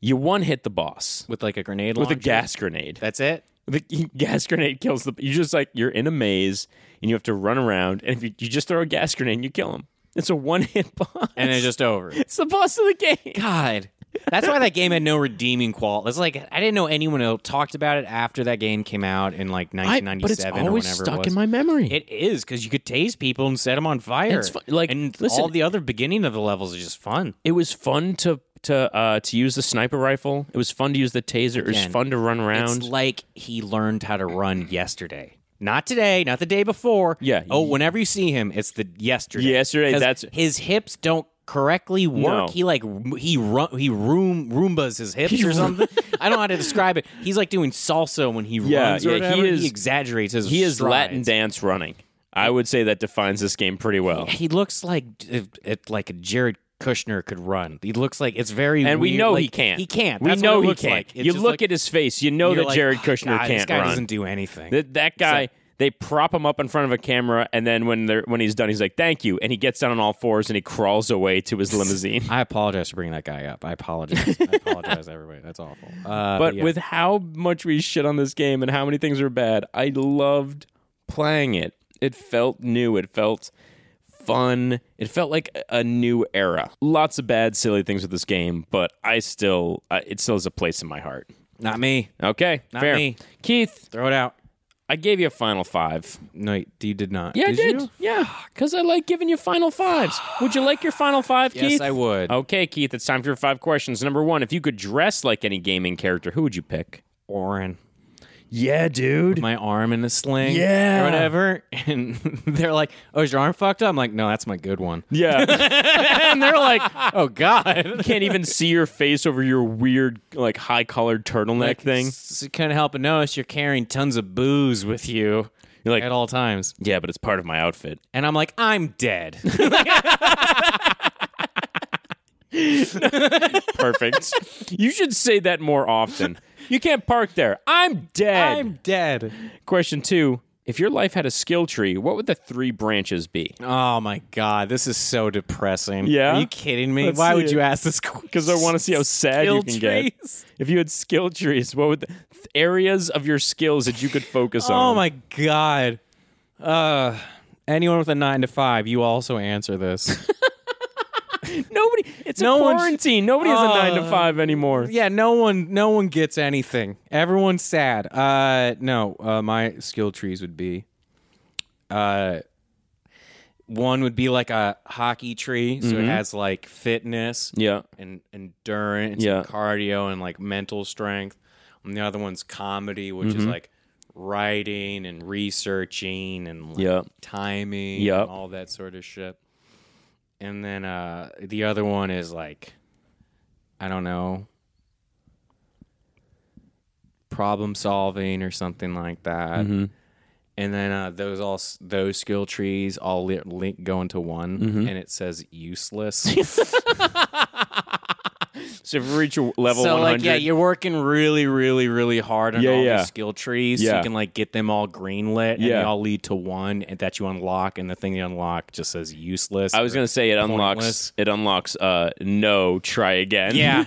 Speaker 2: You one hit the boss
Speaker 1: with like a grenade
Speaker 2: with a
Speaker 1: launcher.
Speaker 2: gas grenade.
Speaker 1: that's it
Speaker 2: The gas grenade kills the. You just like you're in a maze and you have to run around, and if you, you just throw a gas grenade, and you kill him. It's a one hit boss,
Speaker 1: and it's just over
Speaker 2: it's the boss of the game.
Speaker 1: God. That's why that game had no redeeming quality. It's like I didn't know anyone who talked about it after that game came out in like
Speaker 2: I-
Speaker 1: 1997
Speaker 2: but it's
Speaker 1: or
Speaker 2: always
Speaker 1: whenever it
Speaker 2: stuck
Speaker 1: was.
Speaker 2: in my memory.
Speaker 1: it is because you could tase people and set them on fire.
Speaker 2: It's fu- like,
Speaker 1: and
Speaker 2: listen-
Speaker 1: all the other beginning of the levels are just fun.
Speaker 2: it was fun to to uh, to use the sniper rifle. It was fun to use the taser. it was
Speaker 1: Again,
Speaker 2: fun to run around.
Speaker 1: It's like he learned how to run yesterday, not today, not the day before.
Speaker 2: Yeah.
Speaker 1: Oh, whenever you see him, it's the yesterday.
Speaker 2: Yesterday,
Speaker 1: 'Cause
Speaker 2: that's-
Speaker 1: his hips don't correctly work.
Speaker 2: No.
Speaker 1: He like he run he room Roombas his hips or something. I don't know how to describe it. He's like doing salsa when he
Speaker 2: Yeah,
Speaker 1: runs. Or
Speaker 2: yeah, he
Speaker 1: whatever.
Speaker 2: is-
Speaker 1: He exaggerates his.
Speaker 2: He is Latin
Speaker 1: strides.
Speaker 2: dance running. I would say that defines this game pretty well.
Speaker 1: He looks like if, if, like a Jared Kushner could run. He looks like it's very
Speaker 2: And we
Speaker 1: weird,
Speaker 2: know
Speaker 1: like,
Speaker 2: he can't.
Speaker 1: He can't.
Speaker 2: We
Speaker 1: That's
Speaker 2: know
Speaker 1: what it
Speaker 2: he
Speaker 1: looks
Speaker 2: can't.
Speaker 1: Like. It's
Speaker 2: you
Speaker 1: just
Speaker 2: look
Speaker 1: like,
Speaker 2: at his face, you know
Speaker 1: you're
Speaker 2: that
Speaker 1: like,
Speaker 2: Jared
Speaker 1: "Oh,
Speaker 2: Kushner
Speaker 1: God,
Speaker 2: can't
Speaker 1: This guy
Speaker 2: run.
Speaker 1: doesn't do anything.
Speaker 2: that, that guy, they prop him up in front of a camera, and then when they're when he's done, he's like, "Thank you," and he gets down on all fours and he crawls away to his limousine.
Speaker 1: I apologize for bringing that guy up. I apologize. I apologize, everybody. That's awful. Uh,
Speaker 2: but
Speaker 1: yeah.
Speaker 2: with how much we shit on this game and how many things are bad, I loved playing it. It felt new. It felt fun. It felt like a- a new era. Lots of bad, silly things with this game, but I still, uh, it still has a place in my heart.
Speaker 1: not me.
Speaker 2: Okay,
Speaker 1: Not
Speaker 2: fair.
Speaker 1: me.
Speaker 2: Keith,
Speaker 1: Throw it out.
Speaker 2: I gave you a final five.
Speaker 1: No, you did not.
Speaker 2: Yeah, I did.
Speaker 1: You?
Speaker 2: Yeah, because I like giving you final fives. Would you like your final five,
Speaker 1: Yes,
Speaker 2: Keith?
Speaker 1: I would.
Speaker 2: Okay, Keith, it's time for your five questions. Number one, if you could dress like any gaming character, who would you pick?
Speaker 1: Oren,
Speaker 2: Yeah, dude.
Speaker 1: my arm in a sling.
Speaker 2: Yeah.
Speaker 1: Or whatever. And they're like, oh, is your arm fucked up? I'm like, no, that's my good one.
Speaker 2: Yeah.
Speaker 1: and they're like, oh, God.
Speaker 2: Can't even see your face over your weird, like, high collared turtleneck thing.
Speaker 1: S- couldn't help but notice you're carrying tons of booze with you
Speaker 2: You're like,
Speaker 1: at all times.
Speaker 2: yeah, but it's part of my outfit.
Speaker 1: And I'm like, I'm dead.
Speaker 2: Perfect. you should say that more often. You can't park there. I'm dead.
Speaker 1: I'm dead.
Speaker 2: Question two If your life had a skill tree, what would the three branches be?
Speaker 1: Oh my god, this is so depressing.
Speaker 2: Yeah?
Speaker 1: Are you kidding me?
Speaker 2: Let's
Speaker 1: Why
Speaker 2: see
Speaker 1: would
Speaker 2: it.
Speaker 1: you ask this question?
Speaker 2: Because I want to see how sad you can get. If you had skill trees, what would the th- areas of your skills that you could focus on?
Speaker 1: Oh my god. Uh anyone with a 9 to 5, you also answer this.
Speaker 2: Nobody. It's
Speaker 1: No
Speaker 2: a
Speaker 1: one's-
Speaker 2: quarantine. Nobody has a nine to
Speaker 1: Uh,
Speaker 2: five anymore.
Speaker 1: yeah, no one no one gets anything. Everyone's sad. Uh no, uh my skill trees would be uh one would be like a hockey tree,
Speaker 2: Mm-hmm.
Speaker 1: so it has like fitness.
Speaker 2: Yeah.
Speaker 1: and endurance
Speaker 2: Yeah.
Speaker 1: and cardio and like mental strength. And the other one's comedy, which is like writing and researching and like
Speaker 2: Yeah.
Speaker 1: timing
Speaker 2: Yeah.
Speaker 1: and all that sort of shit. And then uh the other one is like I don't know problem solving or something like that. And then uh, those all s- those skill trees all li- link go into one, and it says useless.
Speaker 2: So if you reach a level
Speaker 1: so
Speaker 2: one
Speaker 1: like
Speaker 2: hundred,
Speaker 1: yeah you're working really really really hard on
Speaker 2: Yeah,
Speaker 1: all
Speaker 2: yeah.
Speaker 1: these skill trees so
Speaker 2: Yeah.
Speaker 1: you can like get them all greenlit and
Speaker 2: Yeah.
Speaker 1: they all lead to one and that you unlock and the thing you unlock just says useless
Speaker 2: I was gonna say it unlocks.
Speaker 1: Pointless.
Speaker 2: It unlocks. Uh, no, try again.
Speaker 1: yeah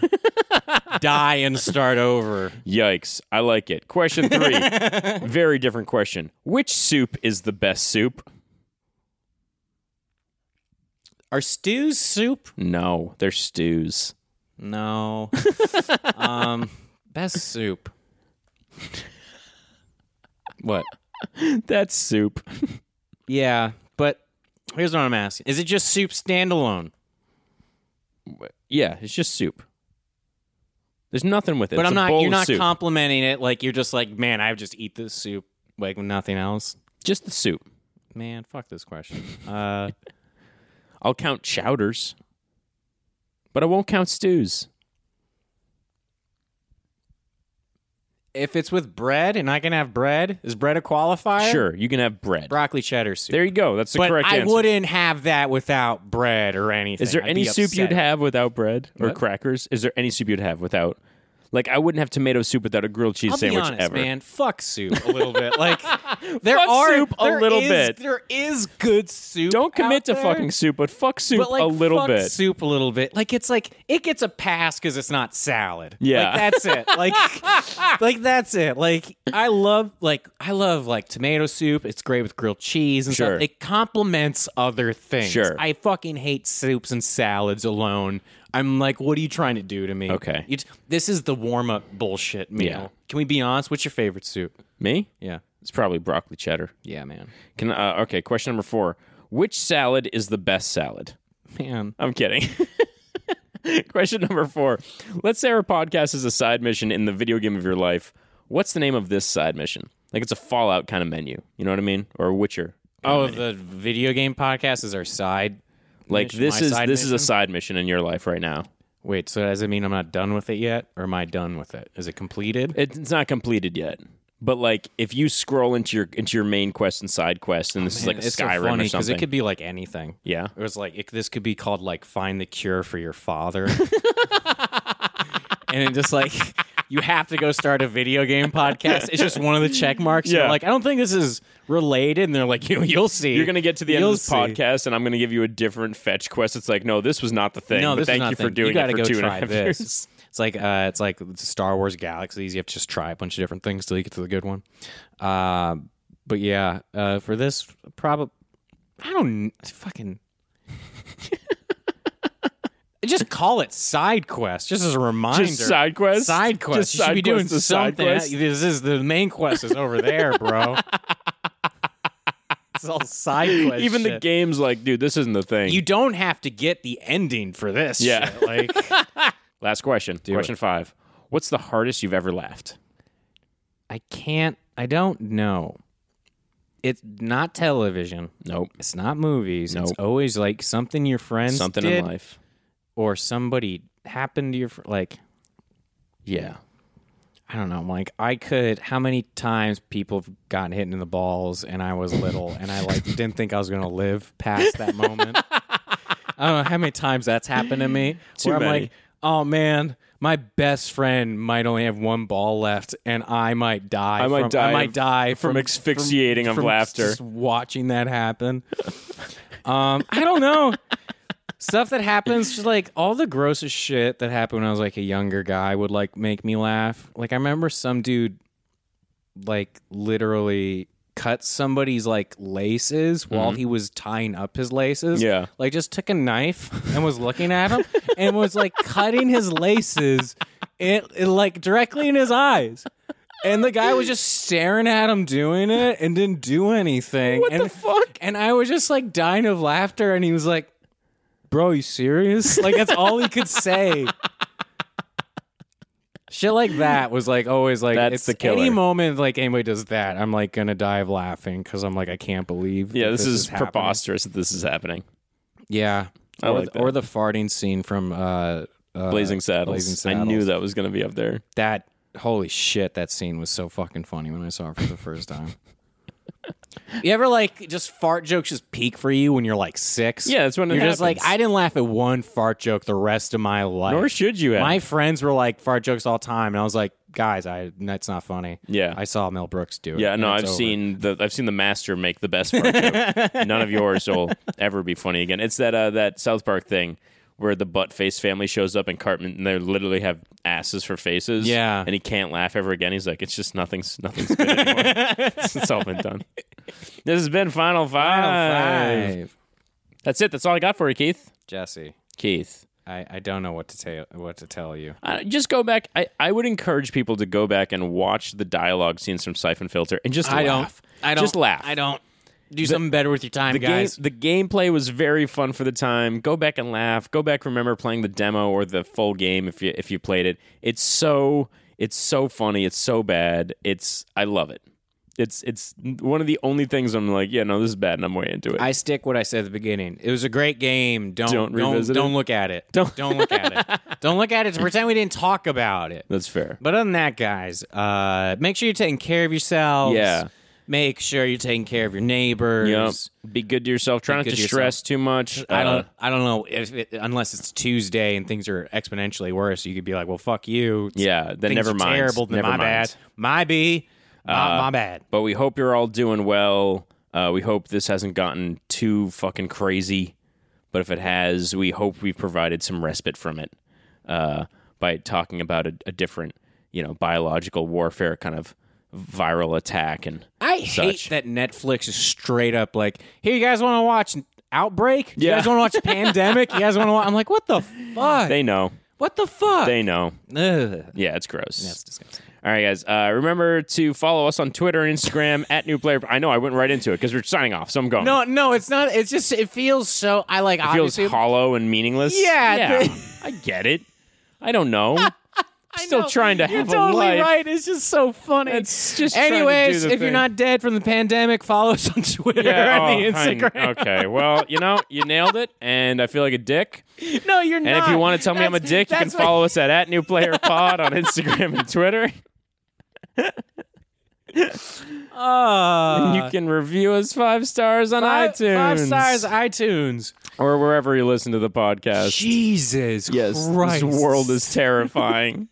Speaker 1: die and start over
Speaker 2: Yikes! I like it. Question three. Very different question. Which soup is the best soup?
Speaker 1: are stews soup
Speaker 2: No, they're stews.
Speaker 1: no um best soup what
Speaker 2: That's soup.
Speaker 1: yeah but here's what i'm asking is it just soup standalone
Speaker 2: Yeah, it's just soup. There's nothing with it.
Speaker 1: But
Speaker 2: It's
Speaker 1: I'm
Speaker 2: a
Speaker 1: not.
Speaker 2: bowl
Speaker 1: You're
Speaker 2: of
Speaker 1: not
Speaker 2: soup.
Speaker 1: complimenting it. Like you're just like, man, I just eat this soup like nothing else.
Speaker 2: just the soup.
Speaker 1: Man, fuck this question. Uh,
Speaker 2: I'll count chowders, but I won't count stews.
Speaker 1: if it's with bread and I can have bread, is bread a qualifier?
Speaker 2: Sure, you can have bread.
Speaker 1: broccoli cheddar soup.
Speaker 2: There you go. That's the
Speaker 1: but
Speaker 2: correct
Speaker 1: I
Speaker 2: answer.
Speaker 1: wouldn't have that without bread or anything.
Speaker 2: Is there
Speaker 1: I'd
Speaker 2: any
Speaker 1: be
Speaker 2: soup you'd
Speaker 1: upset.
Speaker 2: have without bread or
Speaker 1: What?
Speaker 2: crackers? Is there any soup you'd have without? Like I wouldn't have tomato soup without a grilled cheese
Speaker 1: I'll
Speaker 2: sandwich
Speaker 1: be honest,
Speaker 2: ever.
Speaker 1: man. Fuck soup a little bit. Like there
Speaker 2: Fuck
Speaker 1: are
Speaker 2: soup a
Speaker 1: there
Speaker 2: little
Speaker 1: is-
Speaker 2: bit.
Speaker 1: There is good soup.
Speaker 2: Don't
Speaker 1: out
Speaker 2: commit to
Speaker 1: there.
Speaker 2: fucking soup, but fuck soup
Speaker 1: but like
Speaker 2: a little
Speaker 1: fuck
Speaker 2: bit.
Speaker 1: soup a little bit like it's like it gets a pass because it's not salad
Speaker 2: Yeah.
Speaker 1: like, that's it like like that's it like i love like i love like tomato soup it's great with grilled cheese and
Speaker 2: Sure.
Speaker 1: stuff it complements other things
Speaker 2: Sure.
Speaker 1: i fucking hate soups and salads alone i'm like what are you trying to do to me
Speaker 2: Okay.
Speaker 1: You t- this is the warm-up bullshit meal
Speaker 2: Yeah.
Speaker 1: can we be honest what's your favorite soup
Speaker 2: Me?
Speaker 1: yeah
Speaker 2: It's probably broccoli cheddar.
Speaker 1: yeah man
Speaker 2: Can uh, okay? Question number four: Which salad is the best salad?
Speaker 1: man
Speaker 2: I'm kidding. Question number four. Let's say our podcast is a side mission in the video game of your life. What's the name of this side mission? Like it's a Fallout kind of menu. You know what I mean? Or Witcher.
Speaker 1: oh the video game podcast is our side
Speaker 2: Like
Speaker 1: Mission,
Speaker 2: this
Speaker 1: my
Speaker 2: is this
Speaker 1: side
Speaker 2: is a side mission in your life right now.
Speaker 1: Wait, so does it mean I'm not done with it yet, or am I done with it? Is it completed?
Speaker 2: It- It's not completed yet. But like if you scroll into your into your main quest and side quest, and this is like a
Speaker 1: it's so
Speaker 2: Skyrim
Speaker 1: funny
Speaker 2: or something.
Speaker 1: it could be like anything.
Speaker 2: yeah.
Speaker 1: It was like it, this could be called like find the cure for your father, and it just like you have to go start a video game podcast. It's just one of the check marks. Yeah,
Speaker 2: Yeah.
Speaker 1: like I don't think this is related, and they're like you you'll see.
Speaker 2: You're gonna get to the end
Speaker 1: You'll
Speaker 2: of this
Speaker 1: see.
Speaker 2: podcast, and I'm gonna give you a different fetch quest. It's like, no, this was not the thing.
Speaker 1: No,
Speaker 2: but
Speaker 1: this
Speaker 2: thank
Speaker 1: is
Speaker 2: you
Speaker 1: nothing.
Speaker 2: for doing
Speaker 1: gotta
Speaker 2: it for
Speaker 1: go
Speaker 2: two and a
Speaker 1: try
Speaker 2: half
Speaker 1: this.
Speaker 2: years.
Speaker 1: It's like uh, it's like Star Wars Galaxies. You have to just try a bunch of different things till you get to the good one. Uh, but yeah, uh, for this, probably I don't fucking. Just call it side quest, just as a reminder.
Speaker 2: side quest?
Speaker 1: Side
Speaker 2: Just
Speaker 1: quest. you should
Speaker 2: side
Speaker 1: be doing
Speaker 2: quest is side
Speaker 1: something.
Speaker 2: quest?
Speaker 1: This is the main quest is over there, bro. it's all side quest.
Speaker 2: Even the
Speaker 1: shit.
Speaker 2: game's like, dude, this isn't the thing.
Speaker 1: You don't have to get the ending for this.
Speaker 2: Yeah.
Speaker 1: shit. Like
Speaker 2: Last question. question five. What's the hardest you've ever laughed?
Speaker 1: I can't I don't know. It's not television.
Speaker 2: Nope.
Speaker 1: It's not movies. It's
Speaker 2: Nope.
Speaker 1: always like something your friends
Speaker 2: Something
Speaker 1: did
Speaker 2: in life.
Speaker 1: or somebody happened to your fr- like
Speaker 2: Yeah.
Speaker 1: I don't know, like I could how many times people have gotten hit in the balls and I was little and I like didn't think I was gonna live past that moment. I don't know how many times that's happened to me.
Speaker 2: Too
Speaker 1: where I'm
Speaker 2: many.
Speaker 1: like, oh man, my best friend might only have one ball left, and I might die.
Speaker 2: I might
Speaker 1: from,
Speaker 2: die
Speaker 1: I might die
Speaker 2: from asphyxiating of
Speaker 1: from
Speaker 2: laughter.
Speaker 1: Just watching that happen. um, I don't know. Stuff that happens, just like all the grossest shit that happened when I was like a younger guy would like make me laugh. Like I remember some dude like literally cut somebody's like laces while he was tying up his laces.
Speaker 2: Yeah.
Speaker 1: Like just took a knife and was looking at him and was like cutting his laces it, it like directly in his eyes. And the guy was just staring at him doing it and didn't do anything. What and, the fuck? And I was just like dying of laughter and he was like, Bro, you serious? Like that's all he could say. Shit like that was like always like
Speaker 2: That's
Speaker 1: it's
Speaker 2: the killer.
Speaker 1: any moment like anybody does that, I'm like gonna die of laughing because I'm like I can't believe.
Speaker 2: Yeah,
Speaker 1: that
Speaker 2: this, is,
Speaker 1: happening.
Speaker 2: preposterous that this is happening.
Speaker 1: Yeah,
Speaker 2: I
Speaker 1: or,
Speaker 2: like that.
Speaker 1: or the farting scene from uh, uh
Speaker 2: Blazing Saddles.
Speaker 1: Blazing
Speaker 2: I knew
Speaker 1: Saddles.
Speaker 2: that was going to be up there.
Speaker 1: that. Holy shit, that scene was so fucking funny when I saw it for the first time. you ever like just fart jokes just peak for you when you're like six?
Speaker 2: Yeah, that's when it
Speaker 1: you're just like
Speaker 2: happens.
Speaker 1: I didn't laugh at one fart joke the rest of my life.
Speaker 2: Nor should you have.
Speaker 1: My friends were like fart jokes all the time, and I was like, guys, I that's not funny.
Speaker 2: Yeah.
Speaker 1: I saw Mel Brooks do it.
Speaker 2: yeah,
Speaker 1: and
Speaker 2: no, I've
Speaker 1: it's over.
Speaker 2: seen the I've seen the master make the best fart joke. None of yours will ever be funny again. It's that uh, that South Park thing where the butt face family shows up in Cartman and they literally have asses for faces.
Speaker 1: Yeah.
Speaker 2: and he can't laugh ever again. He's like, it's just nothing's nothing's good anymore. it's all been done. This has been Final Five.
Speaker 1: Final five.
Speaker 2: That's it. That's all I got for you, Keith.
Speaker 1: Jesse,
Speaker 2: Keith.
Speaker 1: I, I don't know what to tell what to tell you.
Speaker 2: Uh, just go back. I, I would encourage people to go back and watch the dialogue scenes from Siphon Filter and just laugh. Just laugh.
Speaker 1: don't. Do something better with your time,
Speaker 2: The, game, the gameplay was very fun for the time. Go back and laugh. Go back. Remember playing the demo or the full game if you if you played it. It's so it's so funny. It's so bad. It's I love it. It's it's one of the only things I'm like, yeah, no, this is bad, and I'm way into it.
Speaker 1: I stick what I said at the beginning. It was a great game. Don't
Speaker 2: Don't
Speaker 1: don't
Speaker 2: revisit
Speaker 1: don't,
Speaker 2: it.
Speaker 1: look at it. Don't don't look at it. Don't look at it. To pretend we didn't talk about it.
Speaker 2: That's fair.
Speaker 1: But other than that, guys, uh, make sure you're taking care of yourselves.
Speaker 2: Yeah.
Speaker 1: Make sure you're taking care of your neighbors.
Speaker 2: Yep. Be good to yourself. Try not
Speaker 1: good
Speaker 2: to
Speaker 1: to yourself.
Speaker 2: stress too much.
Speaker 1: I
Speaker 2: Uh,
Speaker 1: don't. I don't know if it, unless it's Tuesday and things are exponentially worse. You could be like, "Well, fuck you." It's-
Speaker 2: Yeah, then
Speaker 1: things
Speaker 2: never
Speaker 1: are
Speaker 2: mind.
Speaker 1: Terrible. Then
Speaker 2: Never
Speaker 1: my
Speaker 2: mind. Uh,
Speaker 1: bad. My b. My, my bad.
Speaker 2: but we hope you're all doing well. Uh, we hope this hasn't gotten too fucking crazy, but if it has, we hope we've provided some respite from it uh, by talking about a, a different, you know, biological warfare kind of viral attack and
Speaker 1: I hate
Speaker 2: such.
Speaker 1: that Netflix is straight up like, "Hey, you guys want to watch Outbreak? You
Speaker 2: Yeah.
Speaker 1: guys want to watch Pandemic? You guys want to?" watch I'm like, "What the fuck?
Speaker 2: They know,
Speaker 1: what the fuck?"
Speaker 2: they know.
Speaker 1: Ugh.
Speaker 2: Yeah, it's gross.
Speaker 1: That's disgusting.
Speaker 2: All right, guys. Uh, remember to follow us on Twitter and Instagram at New Player. I know I went right into it because we're signing off, so I'm going.
Speaker 1: No, no, it's not. It's just it feels so. I like
Speaker 2: it feels
Speaker 1: obviously.
Speaker 2: hollow and meaningless.
Speaker 1: Yeah,
Speaker 2: yeah. I get it. I don't know.
Speaker 1: I
Speaker 2: still
Speaker 1: know.
Speaker 2: trying to
Speaker 1: You're
Speaker 2: have a
Speaker 1: totally
Speaker 2: life.
Speaker 1: right. It's just so funny.
Speaker 2: It's just trying to do
Speaker 1: Anyways,
Speaker 2: the
Speaker 1: if you're
Speaker 2: thing.
Speaker 1: not dead from the pandemic, follow us on Twitter and the
Speaker 2: oh, I-
Speaker 1: Instagram.
Speaker 2: okay. Well, you know, you nailed it, and I feel like a dick.
Speaker 1: No, you're not.
Speaker 2: And if you want to tell me I'm a
Speaker 1: That's-
Speaker 2: dick, you can
Speaker 1: that's what-
Speaker 2: follow us at, at New Player Pod on Instagram and Twitter.
Speaker 1: Uh,
Speaker 2: you can review us five stars on
Speaker 1: five,
Speaker 2: iTunes.
Speaker 1: Five stars iTunes.
Speaker 2: Or wherever you listen to the podcast.
Speaker 1: Jesus
Speaker 2: yes,
Speaker 1: Christ.
Speaker 2: this world is terrifying.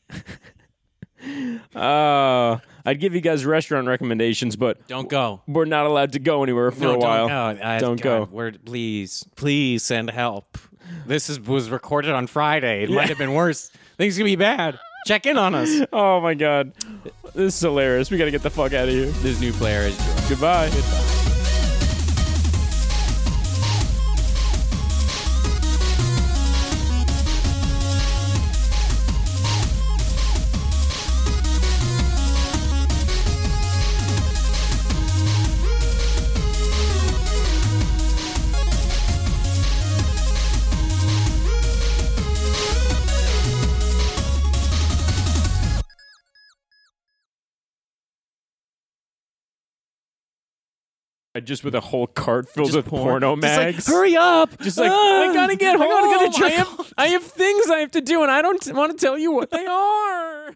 Speaker 2: uh, I'd give you guys restaurant recommendations, but
Speaker 1: Don't go.
Speaker 2: we're not allowed to go anywhere for
Speaker 1: no,
Speaker 2: a while.
Speaker 1: Don't go. Uh,
Speaker 2: Don't
Speaker 1: God,
Speaker 2: go.
Speaker 1: We're, please, please send help. This is was recorded on Friday. It might have been worse. Things could be bad. Check in on us.
Speaker 2: Oh my god, this is hilarious. We got to get the fuck out of here.
Speaker 1: this new player is.
Speaker 2: Goodbye. Just with a whole cart filled with porno mags.
Speaker 1: Just like, hurry up.
Speaker 2: Just like,
Speaker 1: Ah,
Speaker 2: I gotta get home.
Speaker 1: I gotta get a
Speaker 2: I have, I have things I have to do, and I don't want to tell you what they are.